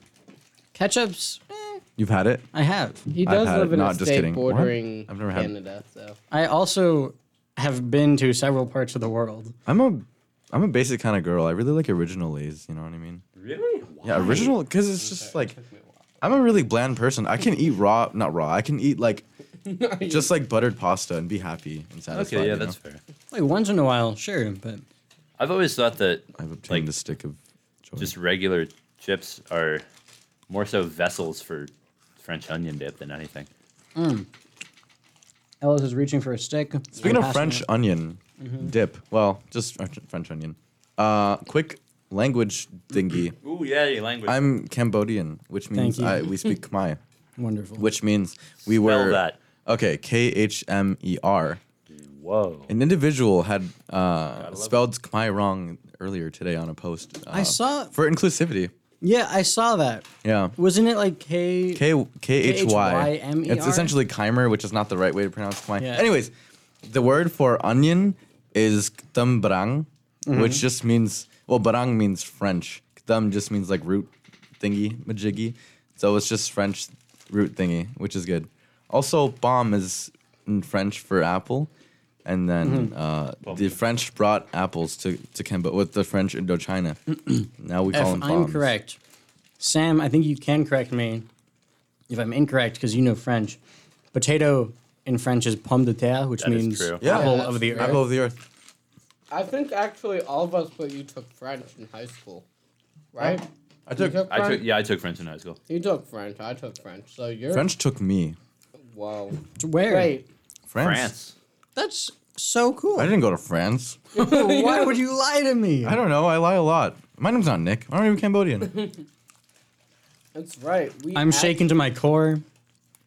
ketchups. eh,
You've had it.
I have.
He
I've
does
had
live
it.
in
No,
a
just
state
kidding. What?
bordering
I've never had-
Canada, so
I also have been to several parts of the world.
I'm a I'm a basic kind of girl. I really like original lays. You know what I mean?
Really?
Yeah, original because it's just like I'm a really bland person. I can eat raw, not raw. I can eat like just like buttered pasta and be happy and satisfied.
Okay, yeah,
you know?
that's fair.
Like once in a while, sure, but
I've always thought that
I've obtained
like
a stick of joy.
just regular chips are more so vessels for French onion dip than anything.
Ellis is reaching for a stick. I'm
Speaking of
passing
French
it.
onion
Mm-hmm.
dip, well, just French, French onion. Uh, quick language dingy.
Ooh, yeah, your language.
I'm Cambodian, which means
you.
I, we speak Khmer,
wonderful.
which means we
Spell
were
that.
okay. K H M E R.
Whoa.
An individual had uh, spelled Khmer wrong earlier today on a post. Uh,
I saw
for inclusivity.
Yeah, I saw that.
Yeah.
Wasn't it like K?
K K H Y.
K-H-Y-M-E-R?
It's essentially chimer, which is not the right way to pronounce chimer.
E Yeah.
Anyways, the word for onion is ktambrang,
Mm-hmm.
which just means well, barang means French. Ktam just means like root thingy, majiggy. So it's just French root thingy, which is good. Also, palm is in French for apple. And then
Mm-hmm.
uh, the French brought apples to, to Cambodia with the French Indochina. now we call
If
them
I'm
palms.
correct, Sam, I think you can correct me if I'm incorrect because you know French. Potato in French is pomme de terre, which
That is
means
true.
Yeah.
apple
Yeah,
of the earth.
Apple of the earth.
I think actually all of us but you took French in high school, right?
I
You
took
took
I
French.
took yeah, I took French in high school.
You took French. I took French. So you're
French took me.
Whoa.
Where?
Wait.
France.
France.
That's so cool.
I didn't go to France.
Why would you lie to me?
I don't know. I lie a lot. My name's not Nick. I'm not even Cambodian.
That's right. We
I'm
act-
shaken to my core.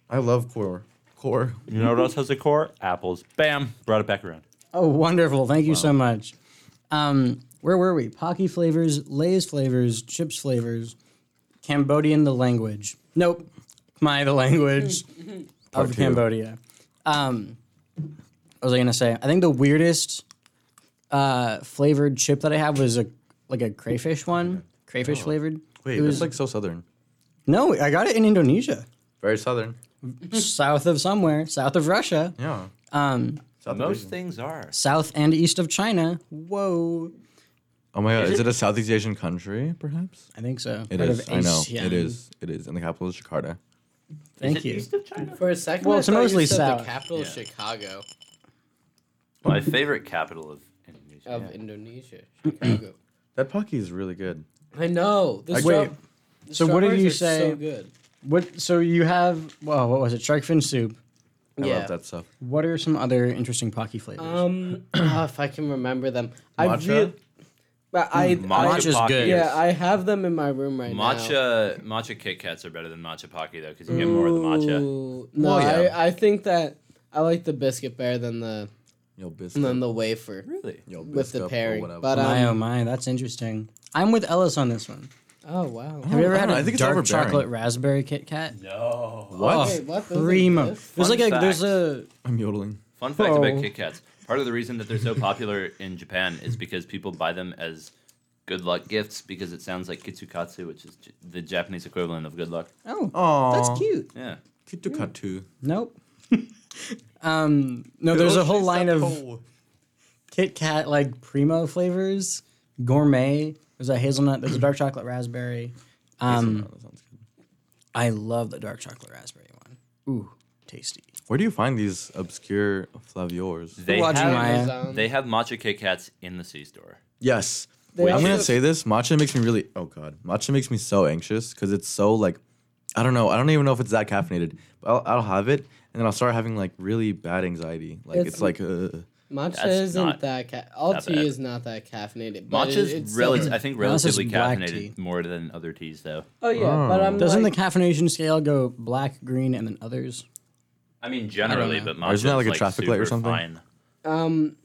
I love core. Core.
You know what else has a core? Apples. Bam. Brought it back around.
Oh, wonderful. Thank you so much. Um, where were we? Pocky flavors, Lay's flavors, chips flavors, Cambodian the language. Nope. Khmer the language of
two.
Cambodia. Um, what was I going to say? I think the weirdest uh, flavored chip that I have was a like a crayfish one, crayfish flavored.
Oh. Wait,
it
it's
was
like so southern.
No, I got it in Indonesia,
Very southern.
south of somewhere, south of Russia,
Yeah.
um,
South
Most
Asian.
things are.
south and east of China. Whoa.
Oh my god, is it a Southeast Asian country, perhaps?
I think so.
It
Out
is.
of
I know. It
ASEAN.
is. It is. And the capital is Jakarta.
Thank you.
for a second.
Well,
I
it's
thought you
mostly
said
south.
The capital is Chicago
My favorite capital of Indonesia.
of Indonesia. Chicago.
That Pocky is really good.
I know. The
Wait,
straw- the
so what did
strawberries
you
are
say-
So good.
What? So you have? Well, what was it? Shark fin soup.
I
yeah.
love that stuff.
What are some other interesting pocky flavors?
Um, ah, if I can remember them, I
Matcha?
really, but I,
Matcha
Matcha's
Pocky
good.
I, yeah, I have them in my room right now.
matcha matcha Kit Kats are better than matcha Pocky though, because you get more of the matcha.
Ooh, No,
Well, yeah.
I, I think that I like the biscuit better than the
Yo, biscuit.
than the wafer
Really?
Yo,
with
biscuit
the
or
pairing.
whatever.
But
my oh
um,
my, that's interesting. I'm with Ellis on this one.
oh wow.
Have you ever
I
had
don't
a
know, I think it's
dark
overbearing.
chocolate raspberry Kit Kat?
No.
what?
Okay, what? Those
Primo.
exist?
There's
Fun
like a
fact.
there's a
I'm yodeling.
Fun fact
Oh.
about Kit Kats: part of the reason that they're so popular in Japan is because people buy them as good luck gifts because it sounds like kitsukatsu, which is j- the Japanese equivalent of good luck.
oh
Aww.
that's cute.
Yeah.
Kitukatu.
Nope. um no, there's a whole line of Kit Kat like primo flavors, gourmet. There's a hazelnut. There's a dark chocolate raspberry. Um, I love the dark chocolate raspberry one. Ooh, tasty.
Where do you find these obscure flaviors?
They
Watching
have,
Maya.
Amazon.
they have matcha Kit Kats in the C store.
Yes.
They
I'm gonna
also-
say this. Matcha makes me really. Oh god, matcha makes me so anxious because it's so like, I don't know. I don't even know if it's that caffeinated. But I'll, I'll have it and then I'll start having like really bad anxiety. Like it's,
It's-
like uh,
Matcha
That's
isn't
not
that ca- all
that
tea
bad.
is not that caffeinated. but it-
Matcha
it's
is relative, I think,
Unless it's
relatively
black
caffeinated
tea.
more than other teas, though.
Oh yeah, but I'm
Doesn't
like,
the caffeination scale go black, green, and then others?
I mean, generally,
know.
but matcha
Isn't that like
is
a
like
traffic light or
super
something?
Fine.
um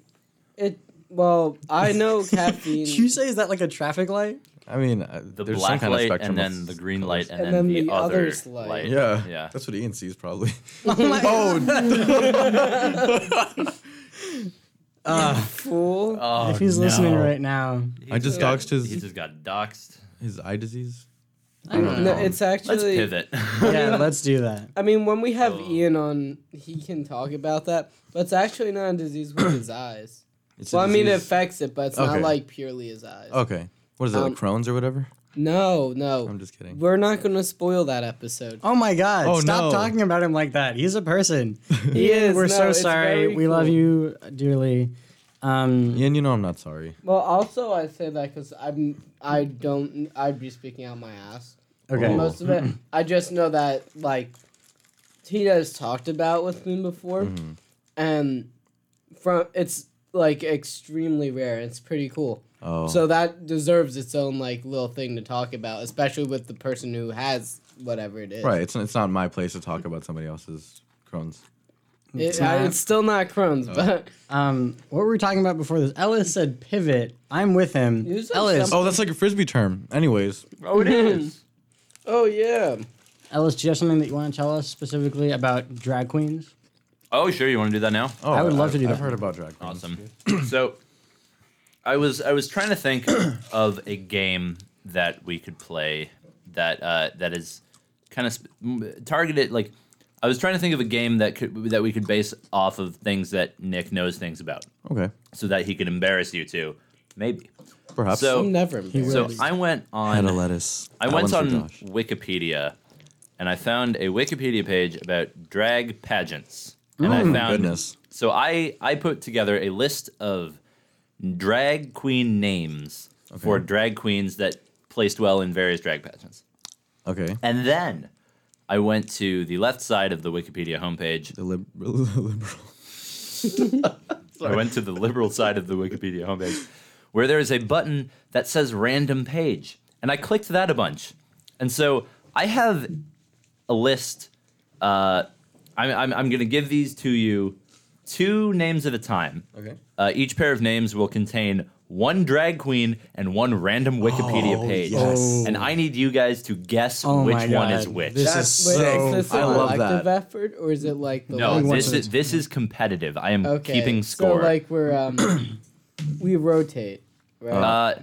it. Well, I know caffeine.
Did you say is that like a traffic light?
I mean, uh,
The
there's some
black
kind of
light
spectrum.
and
of
then the green light and,
And
then,
then
the
the
other
other's light.
light.
Yeah,
Yeah.
That's what Ian sees probably. Oh,
Uh, fool.
Oh,
if he's listening right now,
I just
got-
doxed his
He just got doxed.
his eye disease.
I don't
no,
know.
it's
Let's
actually.
pivot. Oh.
yeah, let's do that.
I mean, when we have Ian on, he can talk about that. But it's actually not a disease with his eyes.
It's a
Well, I mean, it
disease-
affects it, but it's not
Okay.
like purely his eyes.
okay. What is it,
Um,
like Crohn's or whatever?
No, no.
I'm just kidding.
We're not going to spoil that episode.
Oh my God!
Oh,
stop
no.
talking about him like that. He's a person.
He is.
We're
no,
so
it's
sorry.
very
We love
cool.
you dearly. Um,
Ian, you know I'm not sorry.
Well, also I say that because I'm I don't I'd be speaking out my ass.
okay.
Oh.
Most of it, I just know that like Tina's talked about with me before, and from it's like extremely rare. It's pretty cool.
Oh,
So that deserves its own like little thing to talk about, especially with the person who has whatever it is.
right. It's it's not my place to talk about somebody else's Crohn's.
It- I-
not-
it's still not Crohn's, but
Um, what were we talking about before this? Ellis said pivot. I'm with him.
You said
Ellis,
Oh, that's like a frisbee term. Anyways,
Oh, it is.
oh yeah,
Oh. Ellis, do you have something that you want to tell us specifically about drag queens?
Oh, sure. You want to do that now?
oh,
I would love to do
I've
that.
heard about drag queens.
Awesome. so, I was I was trying to think of a game that we could play that uh, that is kind of sp- m- targeted. Like, I was trying to think of a game that could that we could base off of things that Nick knows things about,
Okay,
so that he can embarrass you too, maybe.
perhaps.
So-
I'm never. embarrassed.
So I went on.
Head of lettuce.
I
That
went
one's for
on
Josh.
Wikipedia and I found a Wikipedia page about drag pageants. And I found
Oh, goodness.
so I I put together a list of drag queen names for drag queens that placed well in various drag pageants.
Okay.
And then I went to the left side of the Wikipedia homepage.
The lib- liberal.
I went to the liberal side of the Wikipedia homepage where there is a button that says random page. And I clicked that a bunch. And so I have a list. Uh, I'm, I'm, I'm going to give these to you two names at a time.
Okay.
Uh, each pair of names will contain one drag queen and one random Wikipedia page.
Oh, yes.
And I need you guys to guess
Oh
which
my
one
God.
is which.
This
That's-
is
wait,
so-
is this
I
a
love
collective
that.
effort or is it like the
no,
last-
one
this
is-
is, this is competitive. I am
okay.
keeping score.
So like we're um, we rotate, right?
Uh,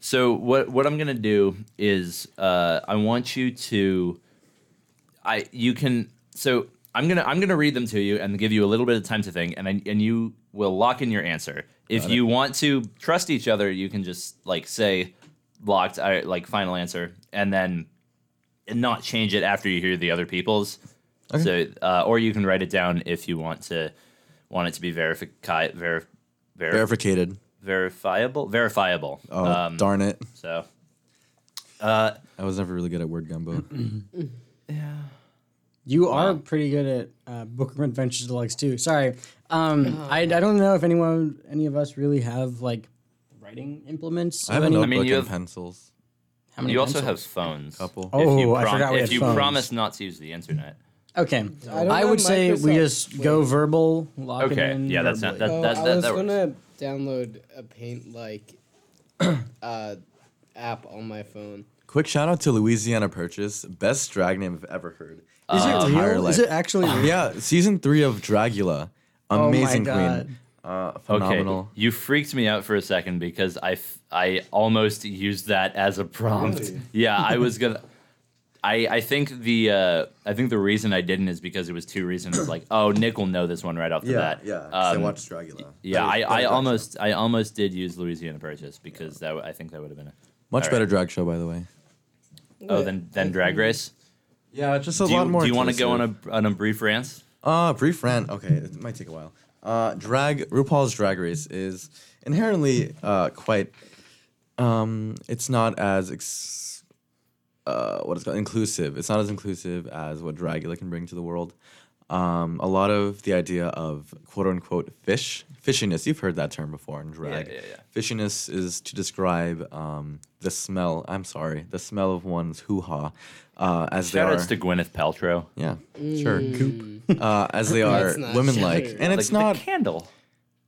so what what I'm gonna do is uh, I want you to, I you can so I'm gonna I'm gonna read them to you and give you a little bit of time to think and I, and you will lock in your answer. If you want to trust each other, you can just like say locked I, like final answer and then and not change it after you hear the other people's. So uh, or you can write it down if you want to want it to be verifi- verif- verif-
Verificated.
verifiable verifiable Um,
Oh, darn it.
so uh,
I was never really good at word gumbo.
You are pretty good at uh, Bookworm Adventures Deluxe too. Sorry, um, I, I don't know if anyone, any of us, really have like writing implements. of
I have a
any-
notebook
mean, you
and
have-
pencils.
how many
you also have
pencils?
phones.
Couple.
If you
Oh, I forgot we
if
had
you
phones.
promise not to use the internet.
Okay, I,
don't have
would say we
Microsoft
just go verbal. Lock it
Okay,
in
yeah, that's not
verbally.
that
So
that,
I
that,
was
that works.
gonna download a paint like uh, app on my phone.
Quick shout out to Louisiana Purchase, best drag name I've ever heard.
Is
Uh,
it
higher
real?
life.
Is it actually real?
yeah, season three of Dragula,
my
amazing
God.
queen, uh,
Okay,
phenomenal.
you freaked me out for a second because I f- I almost used that as a prompt. Yeah, I was gonna. I, I think the uh, I think the reason I didn't is because it was two reasons. Like, oh, Nick will know this one right off the bat. Um,
Dragula. uh,
yeah. I, I almost I almost did use Louisiana Purchase because that w- I think that would have been. A,
much
All
better
right.
drag show by the way.
oh, then then Drag Race.
Yeah, just a
Do
lot
you,
more.
do you want to go on a on a brief rant?
Uh, brief rant. Okay, it might take a while. Uh, drag RuPaul's Drag Race is inherently uh quite um it's not as ex- uh what is it called inclusive. It's not as inclusive as what Dragula can bring to the world. Um, a lot of the idea of quote unquote fish fishiness. You've heard that term before in drag.
yeah, yeah.
Fishiness is to describe um the smell. I'm sorry, the smell of one's hoo ha. Uh, as they
Shout
are,
outs to Gwyneth Paltrow.
yeah, sure, coop, uh, as they are
That's not
women like,
true.
and it's
like
not.
the candle.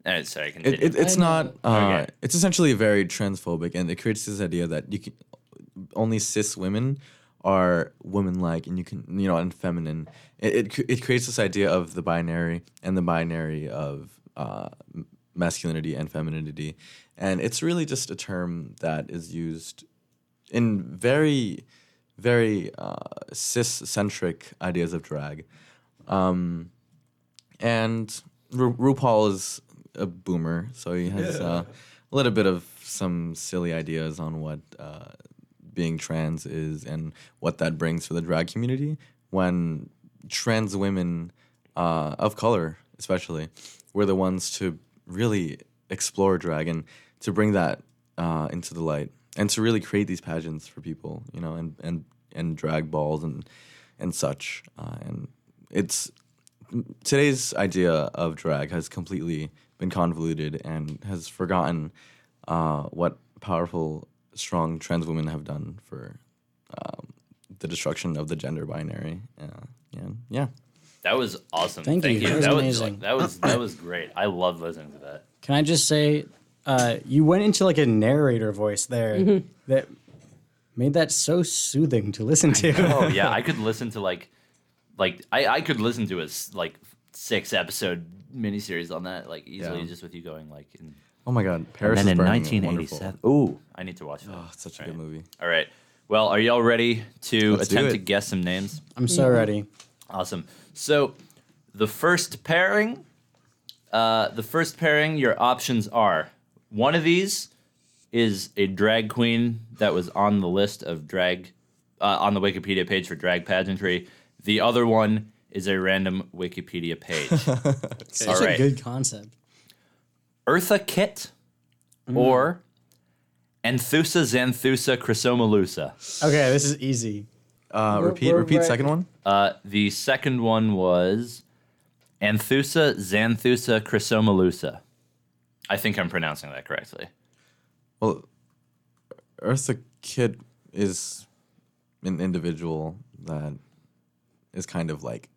Uh, sorry, continue.
It, it, it's not. Uh,
Okay.
It's essentially very transphobic, and it creates this idea that you can only cis women are women like, and you can you know, and feminine. It it, cr- it creates this idea of the binary and the binary of uh, m- masculinity and femininity, and it's really just a term that is used in very very uh, cis centric ideas of drag. and Ru- RuPaul is a boomer, so he has uh, a little bit of some silly ideas on what uh, being trans is and what that brings for the drag community. When trans women uh, of color, especially, were the ones to really explore drag and to bring that uh, into the light and to really create these pageants for people, you know, and and and drag balls and and such. Uh, and it's today's idea of drag has completely been convoluted and has forgotten uh, what powerful, strong trans women have done for um, the destruction of the gender binary. Uh, yeah, yeah.
That was awesome.
Thank
Thank, you.
you. That was
That was,
amazing.
that was that was great. I love listening to that.
Can I just say, uh, you went into like a narrator voice there that made that so soothing to listen to.
Oh yeah, I could listen to like, like I, I could listen to a s- like six episode miniseries on that like easily
Yeah.
just with you going like. In,
Oh my God, Paris
and
is
then in
burning.
1987,
Wonderful.
ooh, I need to watch that.
Oh, it's such a good movie.
All right. Well, are y'all ready to
Let's do
attempt
it.
to guess some names?
I'm so ready.
Awesome. So, the first pairing, uh, the first pairing, your options are one of these is a drag queen that was on the list of drag uh, on the Wikipedia page for drag pageantry. The other one is a random Wikipedia page.
Such
All right.
a good concept.
Eartha Kitt or Anthusa Xanthusa Chrysomalusa.
Okay, this is easy.
Uh, repeat,
we're
repeat.
right-
Second one.
Uh, the second one was Anthusa Xanthusa Chrysomalusa. I think I'm pronouncing that correctly.
Well, Eartha Kitt is an individual that is kind of like,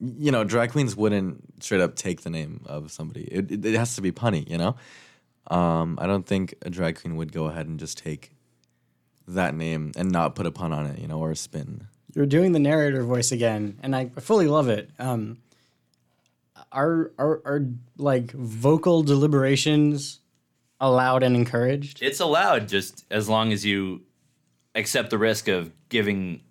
you know, drag queens wouldn't straight up take the name of somebody. It, it, it has to be punny, you know. Um, I don't think a drag queen would go ahead and just take that name and not put a pun on it, you know, or a spin.
You're doing the narrator voice again, and I fully love it. Um, are are are like vocal deliberations allowed and encouraged?
It's allowed just as long as you accept the risk of giving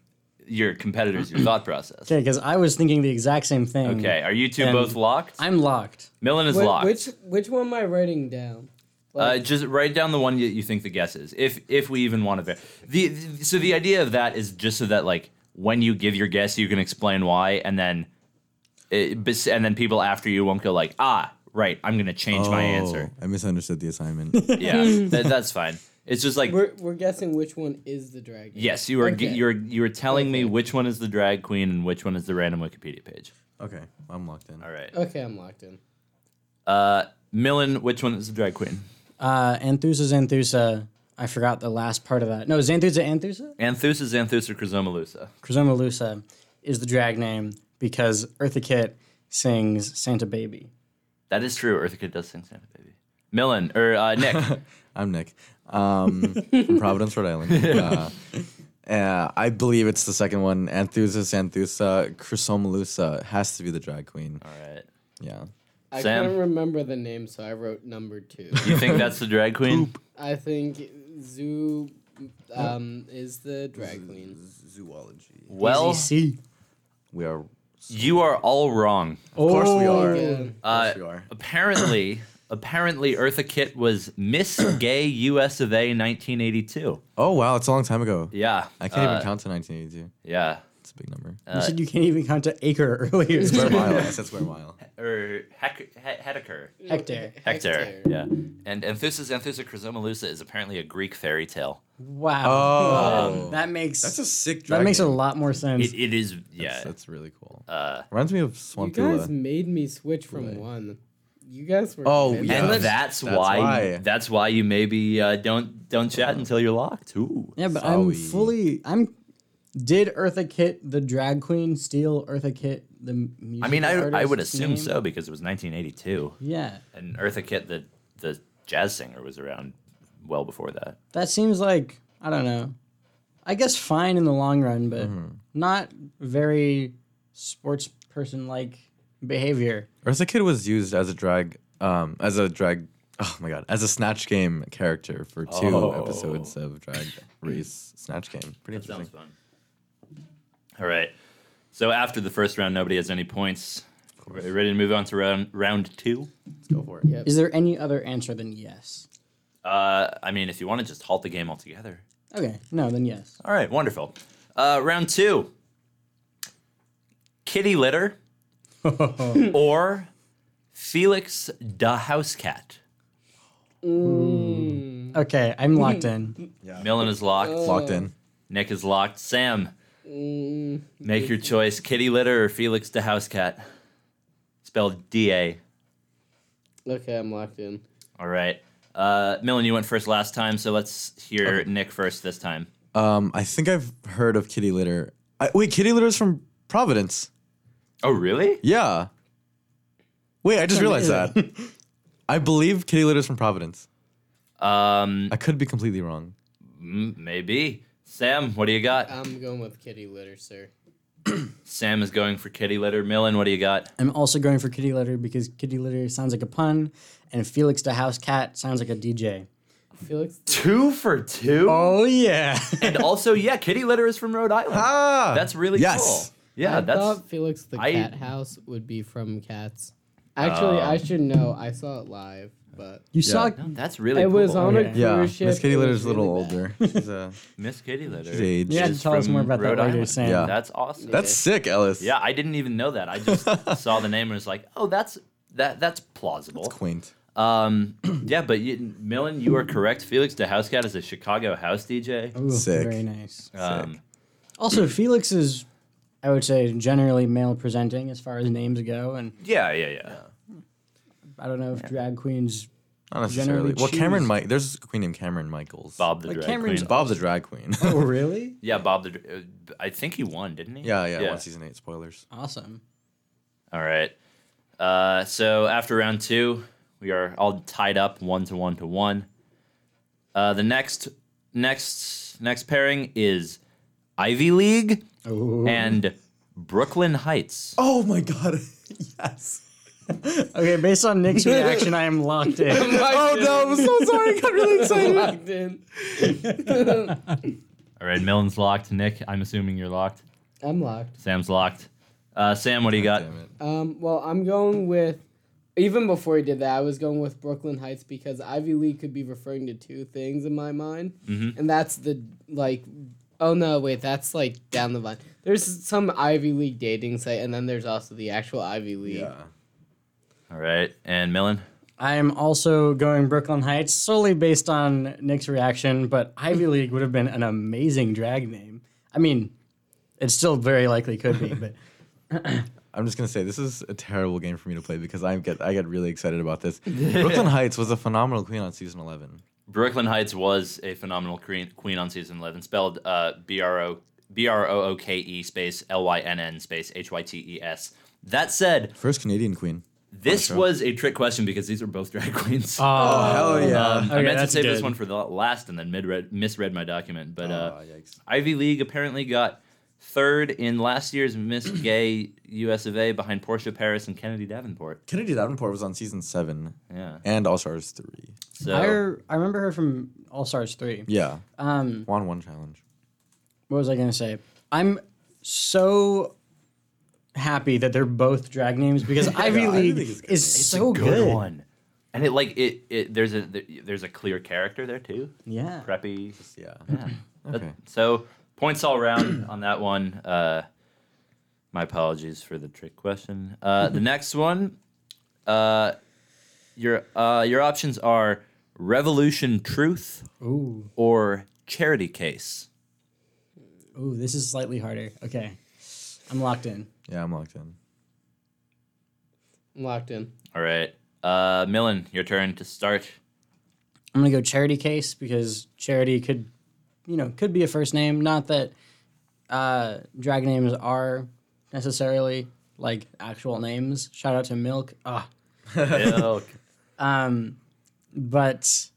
your competitors your thought process.
Okay, because I was thinking the exact same thing.
Okay, are you two
And-
both locked?
I'm locked.
Millen is
Wh-
locked.
Which which one am I writing down?
Uh, just write down the one that you think the guess is, if if we even want to. Ver- the the- so the idea of that is just so that like when you give your guess, you can explain why, and then it, bes- and then people after you won't go like ah right, I'm gonna change my answer.
Oh, I misunderstood the assignment.
Yeah, that, that's fine. It's just like
We're, we're guessing which one is the dragon.
yes, you are g
Okay.
you are you are telling me which one is the drag queen and which one is the random Wikipedia page.
okay, I'm locked in.
All right,
Okay, I'm locked in. Oh.
uh, Millen, which one is the drag queen?
Uh, Anthusa Xanthusa. I forgot the last part of that. No, Xanthusa Anthusa?
Anthusa, Xanthusa, Chrysomalusa.
Chrysomalusa is the drag name because Eartha Kitt sings Santa Baby.
That is true. Earthka does sing Santa Baby. Millen or uh, Nick.
I'm Nick um, from Providence, Rhode Island. Uh, uh, I believe it's the second one. Anthusa Santhusa Chrysomalusa has to be the drag queen.
All right.
Yeah.
I
Sam?
couldn't remember the name, so I wrote number two.
You think that's the drag queen?
I think Zoo um, is the drag queen.
Zoology.
Well,
ZC.
We are. Of
you are all wrong.
course we
Oh,
are.
Yeah.
Uh,
Yes, we are.
Apparently, apparently, Eartha Kitt was Miss Gay U.S. of A. 1982.
Oh wow, it's a long time ago.
Yeah,
I can't
uh,
even count to 1982.
Yeah,
It's a big number.
You said you can't even count to acre earlier.
square mile. I said square mile.
or Heck- Er, He- Hedeker.
Hectare.
Hector. Yeah, and Anthus Anthusa Chrysomalusa is apparently a Greek fairy tale.
Wow.
Oh,
that makes
that's a sick. Drag
that makes a
name.
lot more sense.
It, it is. Yeah,
That's, that's really cool.
uh,
Reminds me of
You guys
Swampula.
made me switch from
Really?
one. You guys were.
Oh,
convinced.
yeah.
and
that's-
that's,
that's
why,
why.
That's why you maybe uh, don't don't chat until you're locked. Ooh.
yeah, but I'm
Sorry.
fully I'm did Eartha Kitt the drag queen steal Eartha Kitt the music
I mean, I, I would
artist's
assume
name?
so because it was 1982.
Yeah.
And Eartha Kitt, the the jazz singer, was around well before that.
That seems like I don't know. I guess fine in the long run, but not very sports person like behavior.
Eartha Kitt was used as a drag, um, as a drag. Oh my god, as a snatch game character for two
Oh.
episodes of Drag Race Snatch Game. Pretty interesting.
Sounds fun. All right. So after the first round, nobody has any points. Re- Ready to move on to round round two?
Let's go for it.
Yeah.
Is there any other answer than yes?
Uh, I mean, if you want to just halt the game altogether.
Okay, no, then yes.
All right, wonderful. Uh, round two. Kitty litter, or Felix the house cat.
Okay, I'm locked in.
Millen is locked.
Locked in.
Nick is locked. Sam,
Mm.
make your choice: kitty litter or Felix the house cat, spelled D A.
Okay, I'm locked in.
All right, uh, Millen, you went first last time, so let's hear Nick first this time.
Um, I think I've heard of kitty litter. I, wait, kitty litter is from Providence.
Oh, really?
Yeah. Wait, I just realized that. I believe kitty litter's from Providence.
Um,
I could be completely wrong.
m- maybe. Sam, what do you got?
I'm going with kitty litter, sir.
Sam is going for kitty litter. Millen, what do you got?
I'm also going for kitty litter because kitty litter sounds like a pun, and Felix the house cat sounds like a DJ.
Felix,
Two for two.
Oh yeah.
And also, yeah, kitty litter is from Rhode Island.
Ah,
That's really
Yes.
cool. Yeah,
I
that's
thought Felix the
I- Um,
cat house would be from Cats. Actually, I should know. I saw it live, but
You saw
that's really
it
cool.
was on a
Yeah.
cruise
yeah.
ship.
Miss Kitty
it was
Litter's a
really
little
bad.
older. She's, uh,
Miss Kitty litter.
she's aged.
You had to
is
tell us
from
more about
Rhode
that later,
Island.
Sam.
Yeah.
That's awesome.
That's sick, Ellis.
yeah, I didn't even know that. I just saw the name and was like, oh, that's that that's plausible.
It's quaint.
Um, yeah, but you, Millen, you are correct. Felix the House Cat is a Chicago house DJ.
Ooh,
Sick.
Very nice.
Um,
Also, Felix is, I would say, generally male presenting as far as names go, and
yeah, yeah, yeah.
I don't know if drag queens.
Not
Generally
necessarily. Well, Cameron
choose-
Mike. There's a queen named Cameron Michaels.
Bob the
Like
Drag
Cameron's-
Queen.
Bob's a drag queen.
Oh really?
Yeah, Bob the. Dra- uh, I think he won, didn't he?
yeah, yeah, One season eight spoilers.
Awesome.
All right. Uh, so after round two, we are all tied up one to one to one. Uh, the next next next pairing is Ivy League and Brooklyn Heights.
Oh my god. yes.
Okay, based on Nick's reaction, I am locked in.
Oh no, I'm so sorry. I got really excited.
Locked in.
All right, Millen's locked. Nick, I'm assuming you're locked.
I'm locked.
Sam's locked. Uh, Sam, what do you got?
Damn it.
Um, well, I'm going with. Even before he did that, I was going with Brooklyn Heights because Ivy League could be referring to two things in my mind,
Mm-hmm.
and that's the like. Oh no! Wait, that's like down the line. There's some Ivy League dating site, and then there's also the actual Ivy League.
Yeah.
All right, and Millen.
I am also going Brooklyn Heights solely based on Nick's reaction, but Ivy League would have been an amazing drag name. I mean, it still very likely could be, but
I'm just gonna say this is a terrible game for me to play because I get I get really excited about this. Brooklyn Heights was a phenomenal queen on season 11.
Brooklyn Heights was a phenomenal queen, queen on season 11, spelled uh, B R O B R O O K E space L Y N N space H Y T E S. That said,
First Canadian queen.
this was a trick question because these are both drag queens.
oh,
Hell yeah.
Um, I
okay,
meant to
that's
save this
good. Oh,
one for the last and then mid-read, misread my document. But uh,
Aw, yikes.
Ivy League apparently got third in last year's Miss Gay US of A behind Portia Paris and Kennedy Davenport.
Kennedy Davenport was on season seven
Yeah.
and All Stars three.
So
I, I remember her from All Stars three.
Yeah.
Um,
Won one challenge.
what was I gonna say? I'm so happy that they're both drag names because Ivy
I
League
think it's good.
is so
good,
good.
one. And it like it, it there's a there's a clear character there too.
Yeah. Hmm.
Preppy.
Yeah.
Yeah. That-
Okay.
so points all around on that one. Uh, my apologies for the trick question. Uh, the next one, uh, your uh, your options are Revolution Truth
Ooh,
or Charity Case.
ooh, this is slightly harder. Okay, I'm locked in.
Yeah, I'm locked in.
I'm locked in.
All right, uh, Millen, your turn to start.
I'm gonna go charity case because charity could, you know, could be a first name. Not that uh, drag names are necessarily like actual names. Shout out to Milk. Ah,
Milk.
Um, but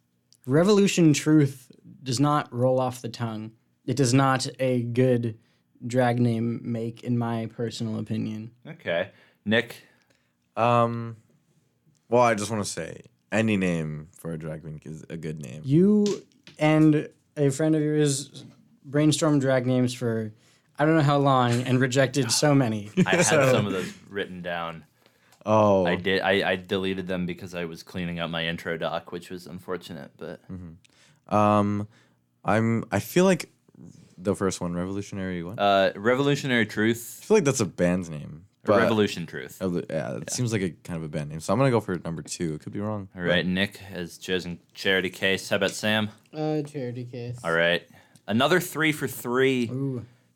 Revolution Truth does not roll off the tongue. It does not a good drag name make, in my personal opinion.
Okay, Nick.
Um Well, I just wanna say any name for a drag queen is a good name.
You and a friend of yours brainstormed drag names for I don't know how long and rejected so many.
I had some of those written down.
Oh
I did. I, I deleted them because I was cleaning up my intro doc, which was unfortunate. But
um I'm I feel like the first one, Revolutionary what?
uh, Revolutionary
I
Truth,
feel like that's a band's name.
or
but-
Revolution Truth.
Oh, the- Yeah, it seems like a kind of a band name. So I'm gonna go for number two. It could be wrong.
All right, Nick has chosen Charity Case. How about Sam?
Uh, charity case.
All right, another three for three.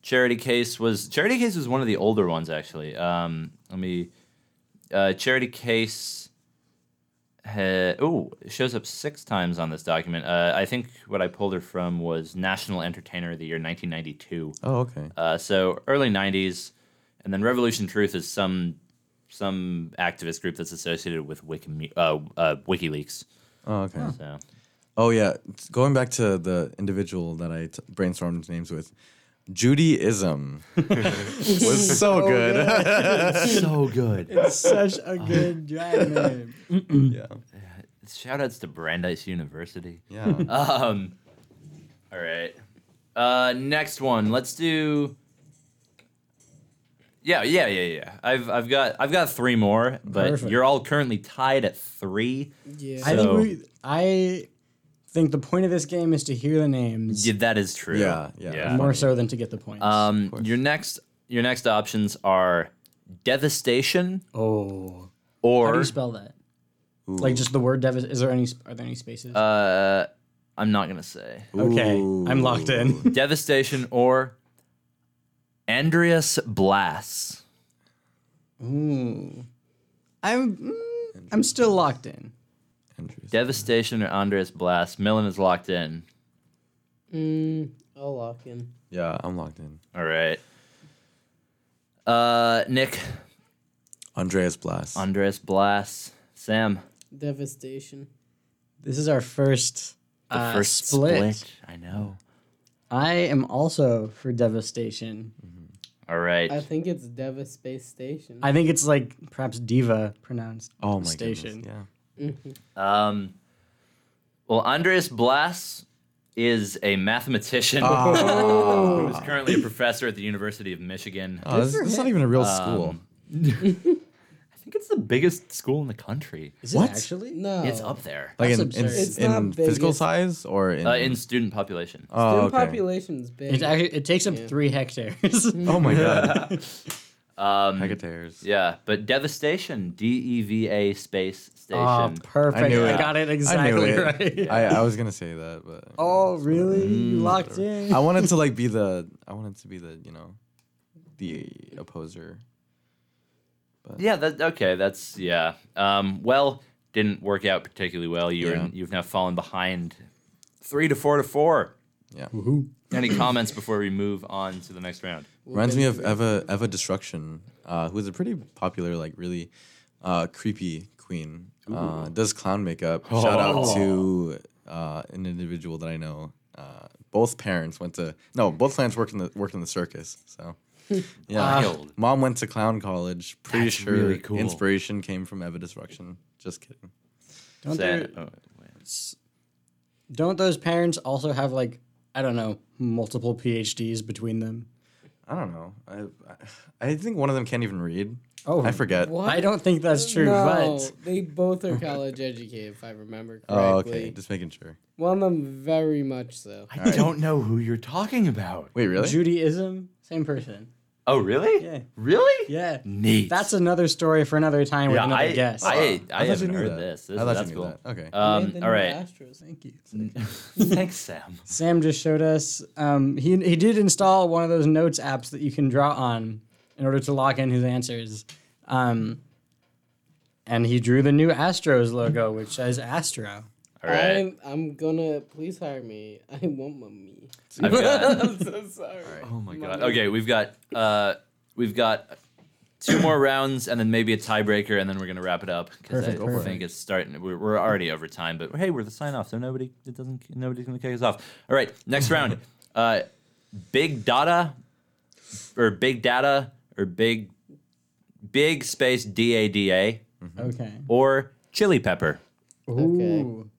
Charity Case was Charity Case was one of the older ones actually. Um, let me. Uh, Charity Case. Uh, oh, shows up six times on this document. Uh, I think what I pulled her from was National Entertainer of the Year, 1992.
Oh, okay.
Uh, so early 90s and then Revolution Truth is some some activist group that's associated with Wiki, uh, uh, WikiLeaks.
Oh, okay.
So
Oh yeah, It's- going back to the individual that I t- brainstormed names with, Judyism was so good.
so good.
It's such a good drag name.
yeah,
shout outs to Brandeis University.
yeah.
Um, all right. Uh, next one. Let's do. Yeah, yeah, yeah, yeah. I've I've got I've got three more, but
Perfect.
you're all currently tied at three.
Yeah.
I think
So-
we. I think the point of this game is to hear the names
Yeah, that is true.
Yeah, yeah.
more so than to get the Uh, points.
Um, your next your next options are devastation
oh,
or
how do you spell that? Like just the word dev. Is there any? sp- Are there any spaces?
uh, I'm not gonna say
okay, I'm locked in.
devastation or Andreas Blas.
Ooh. I'm. mm, I'm still locked in.
Devastation or Andreas Blas. Millen is locked in.
Mm, I'll lock in.
yeah, I'm locked in.
All right. Uh, Nick,
Andreas Blas.
Andres Blas, Sam.
Devastation.
This is our first.
The
uh, split.
I know.
I am also for devastation.
Mm-hmm.
All right.
I think it's Deva Space Station.
I think it's like perhaps diva pronounced.
oh my
station.
goodness. Yeah.
Um, well, Andres Blas is a mathematician who is currently a professor at the University of Michigan.
Oh, this, this is not even a real school.
I think it's the biggest school in the country.
Is
What?
it actually?
no.
It's up there
Like
that's
in, in,
absurd.
It's
in
not
physical
biggest.
size or in,
uh, in student population.
oh,
Student
okay.
population's big.
It actually it takes up three hectares.
Oh my god.
Um,
Hecatares.
yeah, but devastation. D E V A space station.
Oh, perfect. I,
I knew it.
got it
I knew
exactly
it.
right.
I, uh, Mm. I was gonna say that, but
oh, really? you locked in?
I wanted to like be the I wanted to be the you know the opposer.
Yeah, that okay. That's yeah. Um, well, didn't work out particularly well. You're
Yeah.
you've now fallen behind three to four to four.
Yeah.
Any comments before we move on to the next round?
Reminds me of Eva Eva Destruction, uh, who is a pretty popular, like really uh, creepy queen. Uh, does clown makeup.
Oh.
Shout out to uh, an individual that I know. Uh, both parents went to no, both parents worked in the worked in the circus. So yeah,
Wild.
mom went to clown college. Pretty
That's
sure
really cool.
inspiration came from Eva Destruction. Just kidding.
Don't,
Sad-
there-
oh, wait.
don't those parents also have like I don't know multiple PhDs between them?
I don't know. I I- I think one of them can't even read.
Oh,
I forget.
What?
I don't think that's true,
No,
but
they both are college educated, if I remember correctly.
Oh, okay. Just making sure.
One of them very much so.
I don't know who you're talking about.
Wait, really?
Judaism, same person.
Oh, really?
Yeah.
Really?
Yeah.
Neat.
That's another story for another time with
yeah,
another
I,
guest.
I, I,
thought you
haven't
knew
heard
that.
this.
I
this
thought
that's
you knew
cool.
that. Okay.
And
Um,
the
all
new
right.
Astros.
Thank you.
Thanks, Sam.
Sam just showed us. Um, he he did install one of those notes apps that you can draw on in order to lock in his answers. Um, and he drew the new Astros logo, which says Astro.
All right.
I'm, I'm gonna please hire me. I want my me.
I've got-
I'm so sorry.
Oh my god. Okay, we've got uh we've got two more rounds and then maybe a tiebreaker and then we're gonna wrap it up because I
Perfect, perfect.
think it's starting. We're, we're already over time, but hey, we're the sign off, so nobody it doesn't nobody's gonna kick us off. All right, next round. Uh, big data or big data or big big space D A D A
Okay.
or chili pepper.
Ooh.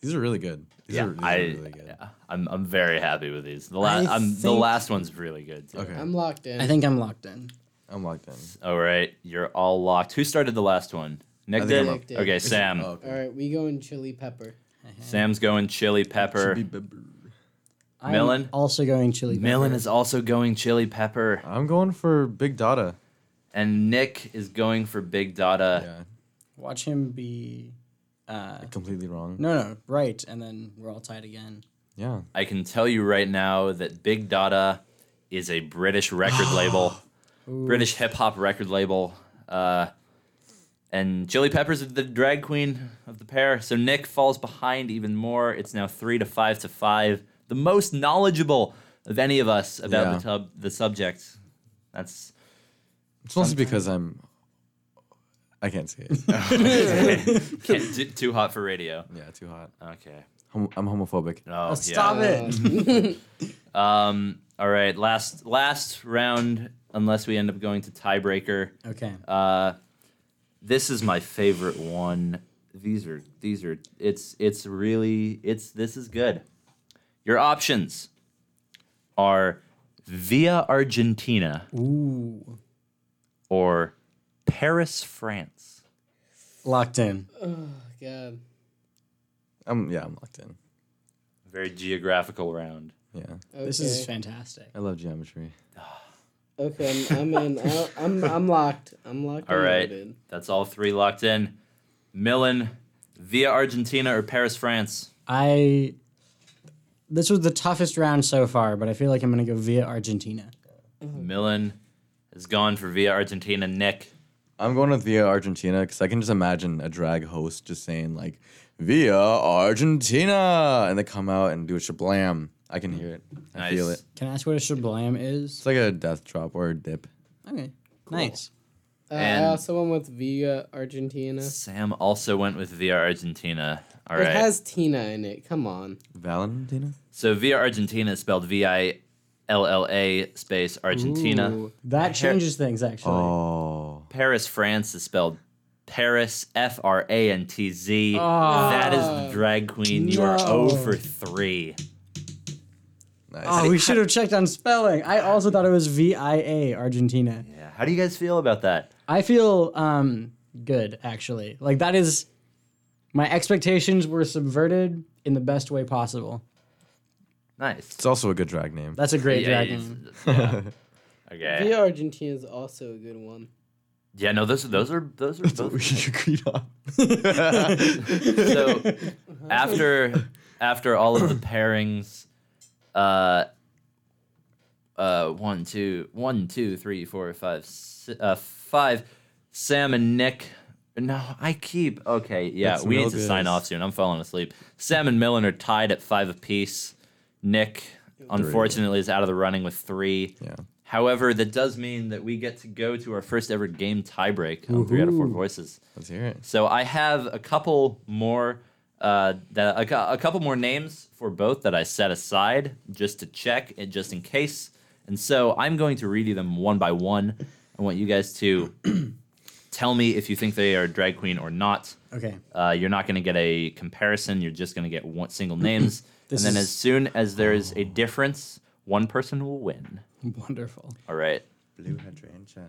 These are really good. These are, these are
I,
really good.
yeah, I'm I'm very happy with these. The last
I
I'm the
think-
last one's really good. Too.
Okay.
I'm locked in.
I think I'm locked in.
I'm locked in.
All right, you're all locked. Who started the last one? Nick
think
did.
I'm
up.
Okay, Sam.
Oh, okay.
All right, we go in chili pepper.
Sam's going chili pepper.
I'm
Millen?
also going chili.
Millen
pepper.
is also going chili pepper,
I'm going for big data.
and Nick is going for big data.
Yeah.
Watch him be. Uh,
Completely wrong.
no, no, right, and then we're all tied again.
Yeah.
I can tell you right now that big data is a British record label, British hip hop record label, uh, and Chili Peppers is the drag queen of the pair. So Nick falls behind even more. It's now three to five to five. The most knowledgeable of any of us about
Yeah.
the tub, the subject. That's
It's mostly because I'm. I can't see it. yeah,
can't, t- too hot for radio.
too hot.
Okay.
Hom- I'm homophobic.
Oh, Uh. yeah.
Stop it.
Um. All right. Last last round, unless we end up going to tiebreaker.
Okay.
Uh, this is my favorite one. These are these are it's it's really it's this is good. Your options are Via Argentina
Ooh.
or Paris, France.
Locked in.
God.
I'm yeah. I'm locked in.
Very geographical round.
Yeah,
This is fantastic.
I love geometry.
Okay, I'm, I'm in. I'll- I'm I'm locked. I'm locked.
All
and
right.
loaded.
That's all three locked in. Millen, Via Argentina or Paris, France.
I. This was the toughest round so far, but I feel like I'm gonna go via Argentina.
Millen is gone for Via Argentina. Nick.
I'm going with Via Argentina because I can just imagine a drag host just saying like Via Argentina, and they come out and do a shablam. I can hear it. I
Nice.
feel it.
Can I ask what a shablam is?
It's like a death drop or a dip.
Okay. Nice.
Uh,
And-
I also went with Via Argentina.
Sam also went with Via Argentina. All right.
It has Tina in it. Come on.
Valentina.
So Via Argentina is spelled V I L L A space Argentina.
Ooh, that changes things actually.
Oh,
Paris, France is spelled Paris F R A N T Z. That is the drag queen. You are
Ah. No.
0 for 3.
nice.
Oh, we should have checked on spelling. I also thought it was V I A Argentina.
Yeah. How do you guys feel about that?
I feel um good actually. Like that is my expectations were subverted in the best way possible.
Nice.
it's also a good drag name.
That's a great
Yeah,
dragon.
yeah, yeah. Okay.
Via Argentina is also a good one.
Yeah, no, those those are those are both
agreed on.
so after after all of the pairings uh uh one two one two three four five si- uh five sam and nick no i keep okay yeah
That's
we
no
need to sign
good.
off soon i'm falling asleep sam and millen are tied at five apiece nick unfortunately is out of the running with three
Yeah.
however that does mean that we get to go to our first ever game tiebreak on three out of four voices
Let's hear it.
so I have a couple more uh, that a, cou- a couple more names for both that I set aside just to check and just in case. And so I'm going to read you them one by one. I want you guys to tell me if you think they are drag queen or not.
Okay.
Uh, you're not going to get a comparison. You're just going to get one single names. and
This
then
is-
as soon as there is a difference, one person will win.
Wonderful.
All right.
Blue hydrangea.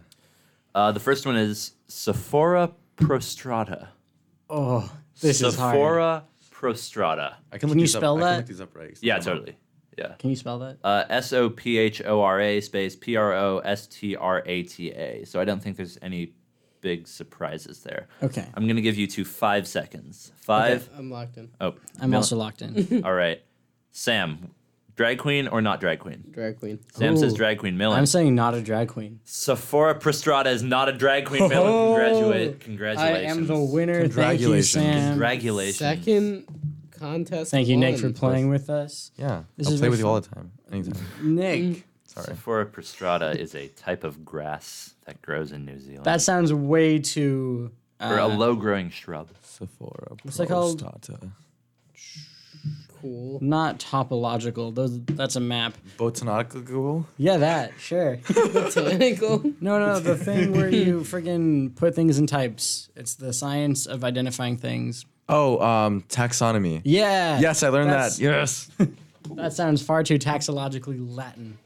Uh, the first one is Sephora Prostrata.
Oh, this is hard.
Sephora Prostrata.
I can,
Can
look
you
these
spell
up. I
that?
can look these up right. 'cause
Yeah,
I'm not-
totally. Yeah.
Can you spell that?
Uh, S O P H O R A space P R O S T R A T A. So I don't think there's any big surprises there.
Okay.
I'm going to give you two five seconds. Five.
I'm locked in.
Oh,
I'm
Mil-
also locked in.
All right. Sam, drag queen or not drag queen?
Drag queen.
Sam says
Ooh.
drag queen. Millen.
I'm saying not a drag queen.
Sephora Prostrata is not a drag queen. Millen, congratulate.
Oh. I
Congratulations.
am the winner. Thank you,
Congratulations.
Sam.
Congratulations.
Second contest.
Thank you, Nick,
won.
for playing with us. Mm.
Yeah.
This
I'll
is
play
my
with you all the time. Anytime.
Nick,
Sorry.
Sephora Prostrata is a type of grass that grows in New Zealand.
that sounds way too. uh,
or a low growing shrub.
Sephora. What's
it called?
Cool.
Not topological. Those, that's a map.
Botanical Google.
Yeah, that sure.
Botanical.
No, no, the thing where you friggin' put things in types. It's the science of identifying things.
Oh, um, taxonomy.
Yeah.
Yes, I learned
That's-
that. Yes.
That sounds far too taxologically Latin.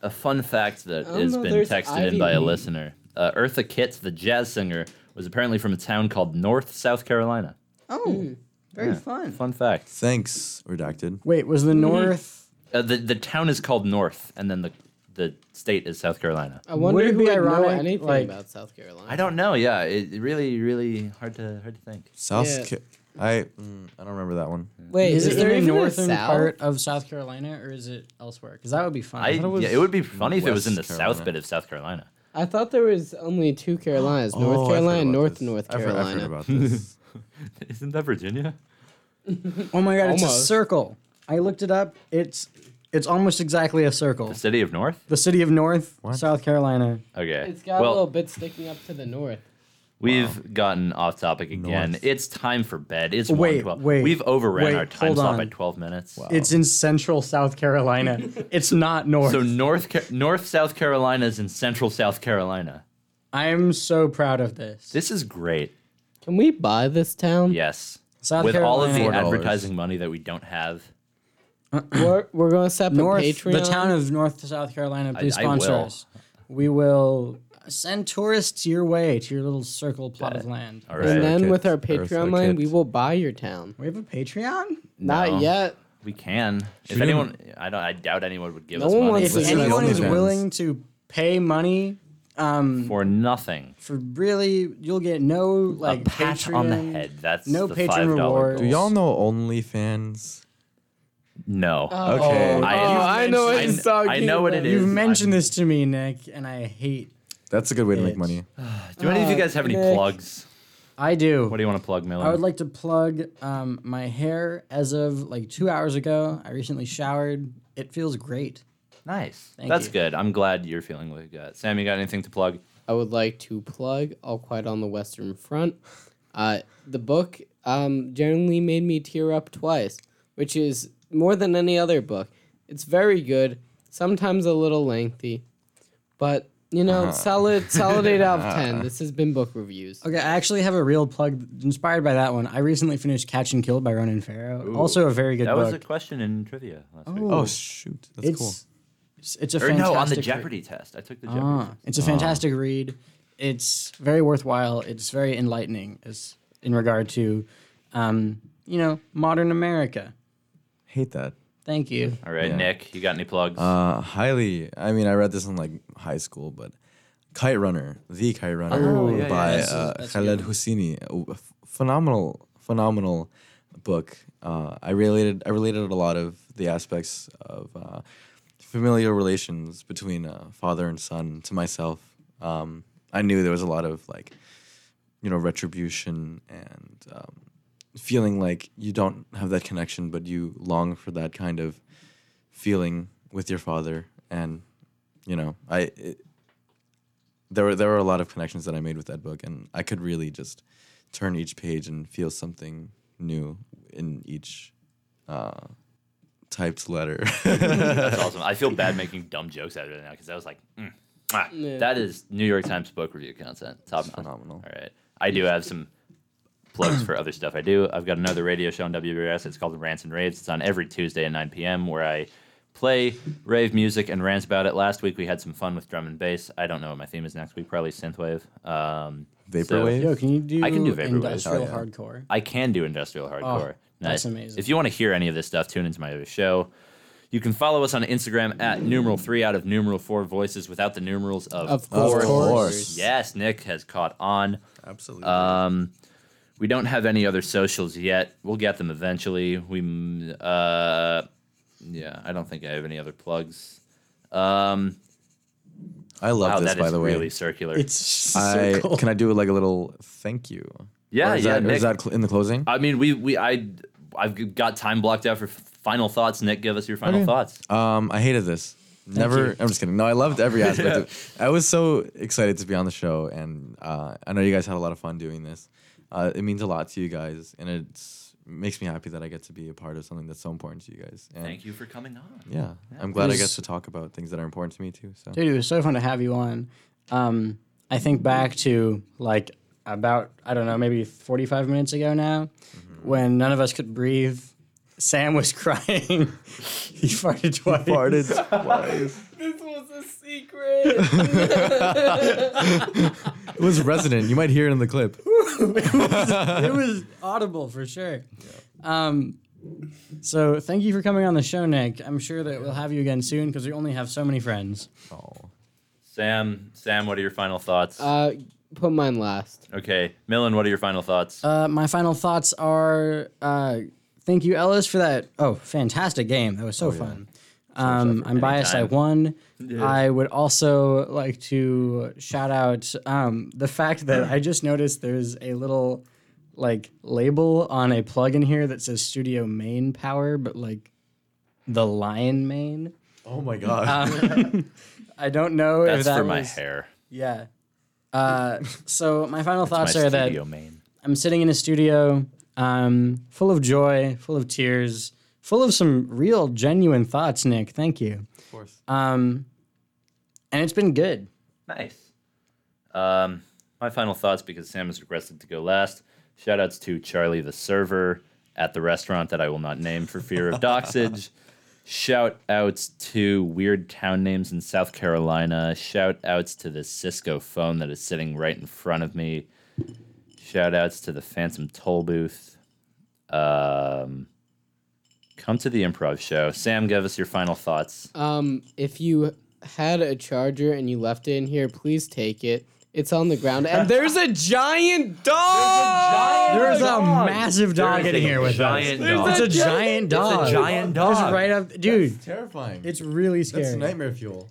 a fun fact that
don't
has
know,
been
there's
texted in
Ivy
by a
League.
listener. Uh, Eartha Kitt, the jazz singer, was apparently from a town called North South Carolina.
Hmm.
Oh, very fun.
Fun fact.
Thanks, redacted.
Wait, was the North?
Uh, the the town is called North, and then the the state is South Carolina.
I wonder
it
who
be
would know
ironic,
anything
like-
about South Carolina.
I don't know. Yeah, it it really really hard to hard to think.
South.
Yeah.
Ca- I mm, I don't remember that one.
Wait,
Is,
is,
it
there
in
even
the
northern
northern
a south?
part of South Carolina or is it elsewhere? Because that would be fun.
I,
it was
yeah, it would be funny if it was in the
West
south
Carolina.
bit of South Carolina.
I thought there was only two Carolinas: North
Oh, I've heard
Carolina, and
about
North
this.
North
I've heard-
Carolina.
I've heard, about this.
Isn't that Virginia?
oh my god, it's a
Almost.
circle. I looked it up. It's It's almost exactly a circle.
City of North?
The city of North, South Carolina.
Okay.
It's got
well,
a little bit sticking up to the north.
we've gotten off topic again.
North.
It's time for bed. It's
Wait,
1:12.
wait,
We've overran
wait,
our time
hold
slot
on.
by 12 minutes. Wow.
It's in central South Carolina. it's not north.
So North Ca- North South Carolina is in Central South Carolina.
I'm so proud of this.
This is great.
Can we buy this town?
Yes.
South
With all of the
Carolina.
$4.
advertising money that we don't have.
We're, we're going to set up
North,
a Patreon.
the town of North to South Carolina, please
I
sponsor
will.
us. We will send tourists your way to your little circle plot of land.
All
and
right.
then with our
Earth's our
Patreon line, we
kids.
will buy your town.
We have a Patreon.
No.
Not yet.
we can. If
we do-
anyone I don't I doubt anyone would give
No
us
one
money
wants
If
to Listen to
anyone is
OnlyFans.
willing to pay money, um,
for nothing.
for really, you'll get no like
a pat
Patreon.
on the head. That's
no
the
Patreon
five dollar.
reward.
Do y'all know OnlyFans?
No.
Okay,
Oh, I know what
I,
he's talking
I know what it
about.
is.
You've mentioned
I-
this to me, Nick, and I hate.
that's a good way to make
Bitch.
money.
Do any of you guys have any
Nick.
plugs?
I do.
What do you want to plug, Miller?
I would like to plug um, my hair. As of like two hours ago, I recently showered. It feels great.
nice.
Thank
That's
you.
good. I'm glad you're feeling like that. Sam, you got anything to plug?
I would like to plug All Quiet on the Western Front. Uh, the book um, generally made me tear up twice, which is more than any other book. It's very good, sometimes a little lengthy, but you know, solid, solid eight out of ten. This has been book reviews.
Okay, I actually have a real plug inspired by that one. I recently finished Catch and Kill by Ronan Farrow. also a very good
That was a
book.
question in trivia last week.
Oh shoot, that's
it's
cool.
it's a
Or
fantastic
no, on the
read.
Jeopardy test. I took the Jeopardy.
Ah, it's a fantastic read. It's very worthwhile. It's very enlightening as in regard to, um, you know, modern America.
Hate that.
Thank you.
All right,
Yeah.
Nick, you got any plugs?
Uh, highly. I mean, I read this in like high school, but Kite Runner, the Kite Runner
yeah, yeah,
by
Oh, that's a-
uh,
that's a
Khaled Hosseini. A ph- phenomenal, phenomenal book. Uh, I related. I related a lot of the aspects of uh, familial relations between uh, father and son to myself. Um, I knew there was a lot of like, you know, retribution and um, feeling like you don't have that connection, but you long for that kind of feeling with your father and you know i it, there were there were a lot of connections that i made with that book and i could really just turn each page and feel something new in each uh typed letter
That's awesome. I feel bad making dumb jokes out of it now because I was like, mm, ah.
Yeah.
that is New York Times book review content. Top notch.
phenomenal.
All right. I do have some plugs for other stuff I do. I've got another radio show on WBRS. It's called Rants and Raves. It's on every Tuesday at 9 p.m. where I play rave music and rant about it. Last week we had some fun with drum and bass. I don't know what my theme is next week. Probably synthwave. Um, so-
vaporwave
Yo, can you do
I can do vaporwave.
industrial
Oh, yeah.
hardcore?
I can do industrial hardcore.
Oh,
Nice.
that's amazing.
If you want to hear any of this stuff, tune into my other show. You can follow us on Instagram at numeral three out of numeral four voices without the numerals of,
Of
course.
course.
Yes, Nick has caught on.
absolutely
Um, we don't have any other socials yet. We'll get them eventually. We, mm, uh, yeah, I don't think I have any other plugs. Um,
i love
wow,
this
that
by
is
the way
really circular.
It's so
I,
cool.
can i do like a little thank you
yeah,
or is
yeah.
that, or
Nick,
is that cl- in the closing
I mean, we we I I've got time blocked out for f- final thoughts. Nick, give us your final thoughts.
Um, I hated this. Never. I'm just kidding. No, I loved every aspect. of it. I was so excited to be on the show, and uh, I know you guys had a lot of fun doing this. Uh, it means a lot to you guys, and it's makes me happy that I get to be a part of something that's so important to you guys. And
Thank you for coming on.
Yeah, I'm glad I get
was-
to talk about things that are important to me too. So
Dude, it was so fun to have you on. Um, I think back to like about I don't know maybe forty five minutes ago now, when none of us could breathe. Sam was crying. he farted twice.
farted.
This was a secret.
it was resonant. You might hear it in the clip.
it was audible for sure. Um, so thank you for coming on the show, Nick. I'm sure that we'll have you again soon because we only have so many friends.
Oh.
Sam, Sam, what are your final thoughts?
uh, put mine last.
okay, Millen, what are your final thoughts?
Uh, my final thoughts are uh, thank you, Ellis, for that. Oh, fantastic game. That was so fun. Um, I'm biased. I
Anytime.
won. I would also like to shout out um, the fact that I just noticed there's a little like label on a plug in here that says Studio Main Power, but like the lion mane.
Oh my god.
Um,
I don't know
That's
if that
for my
was-
hair.
Yeah. Uh, so my final
My
thoughts are uh, that
studio mane.
I'm sitting in a studio, um, full of joy, full of tears, full of some real genuine thoughts. Nick, thank you. Of
course.
Um, and it's been good.
Nice. Um, my final thoughts because Sam has requested to go last. Shout outs to Charlie the server at the restaurant that I will not name for fear of doxage. Shout outs to weird town names in South Carolina. Shout outs to the Cisco phone that is sitting right in front of me. Shout outs to the Phantom Toll Booth. Um, come to the improv show. Sam, give us your final thoughts.
Um, if you had a charger and you left it in here, please take it. It's on the ground, and there's a giant dog.
There's a massive dog in here with
giant
us.
dog.
It's a giant dog.
giant
It's
dog.
right up, dude.
terrifying.
It's really scary.
nightmare fuel.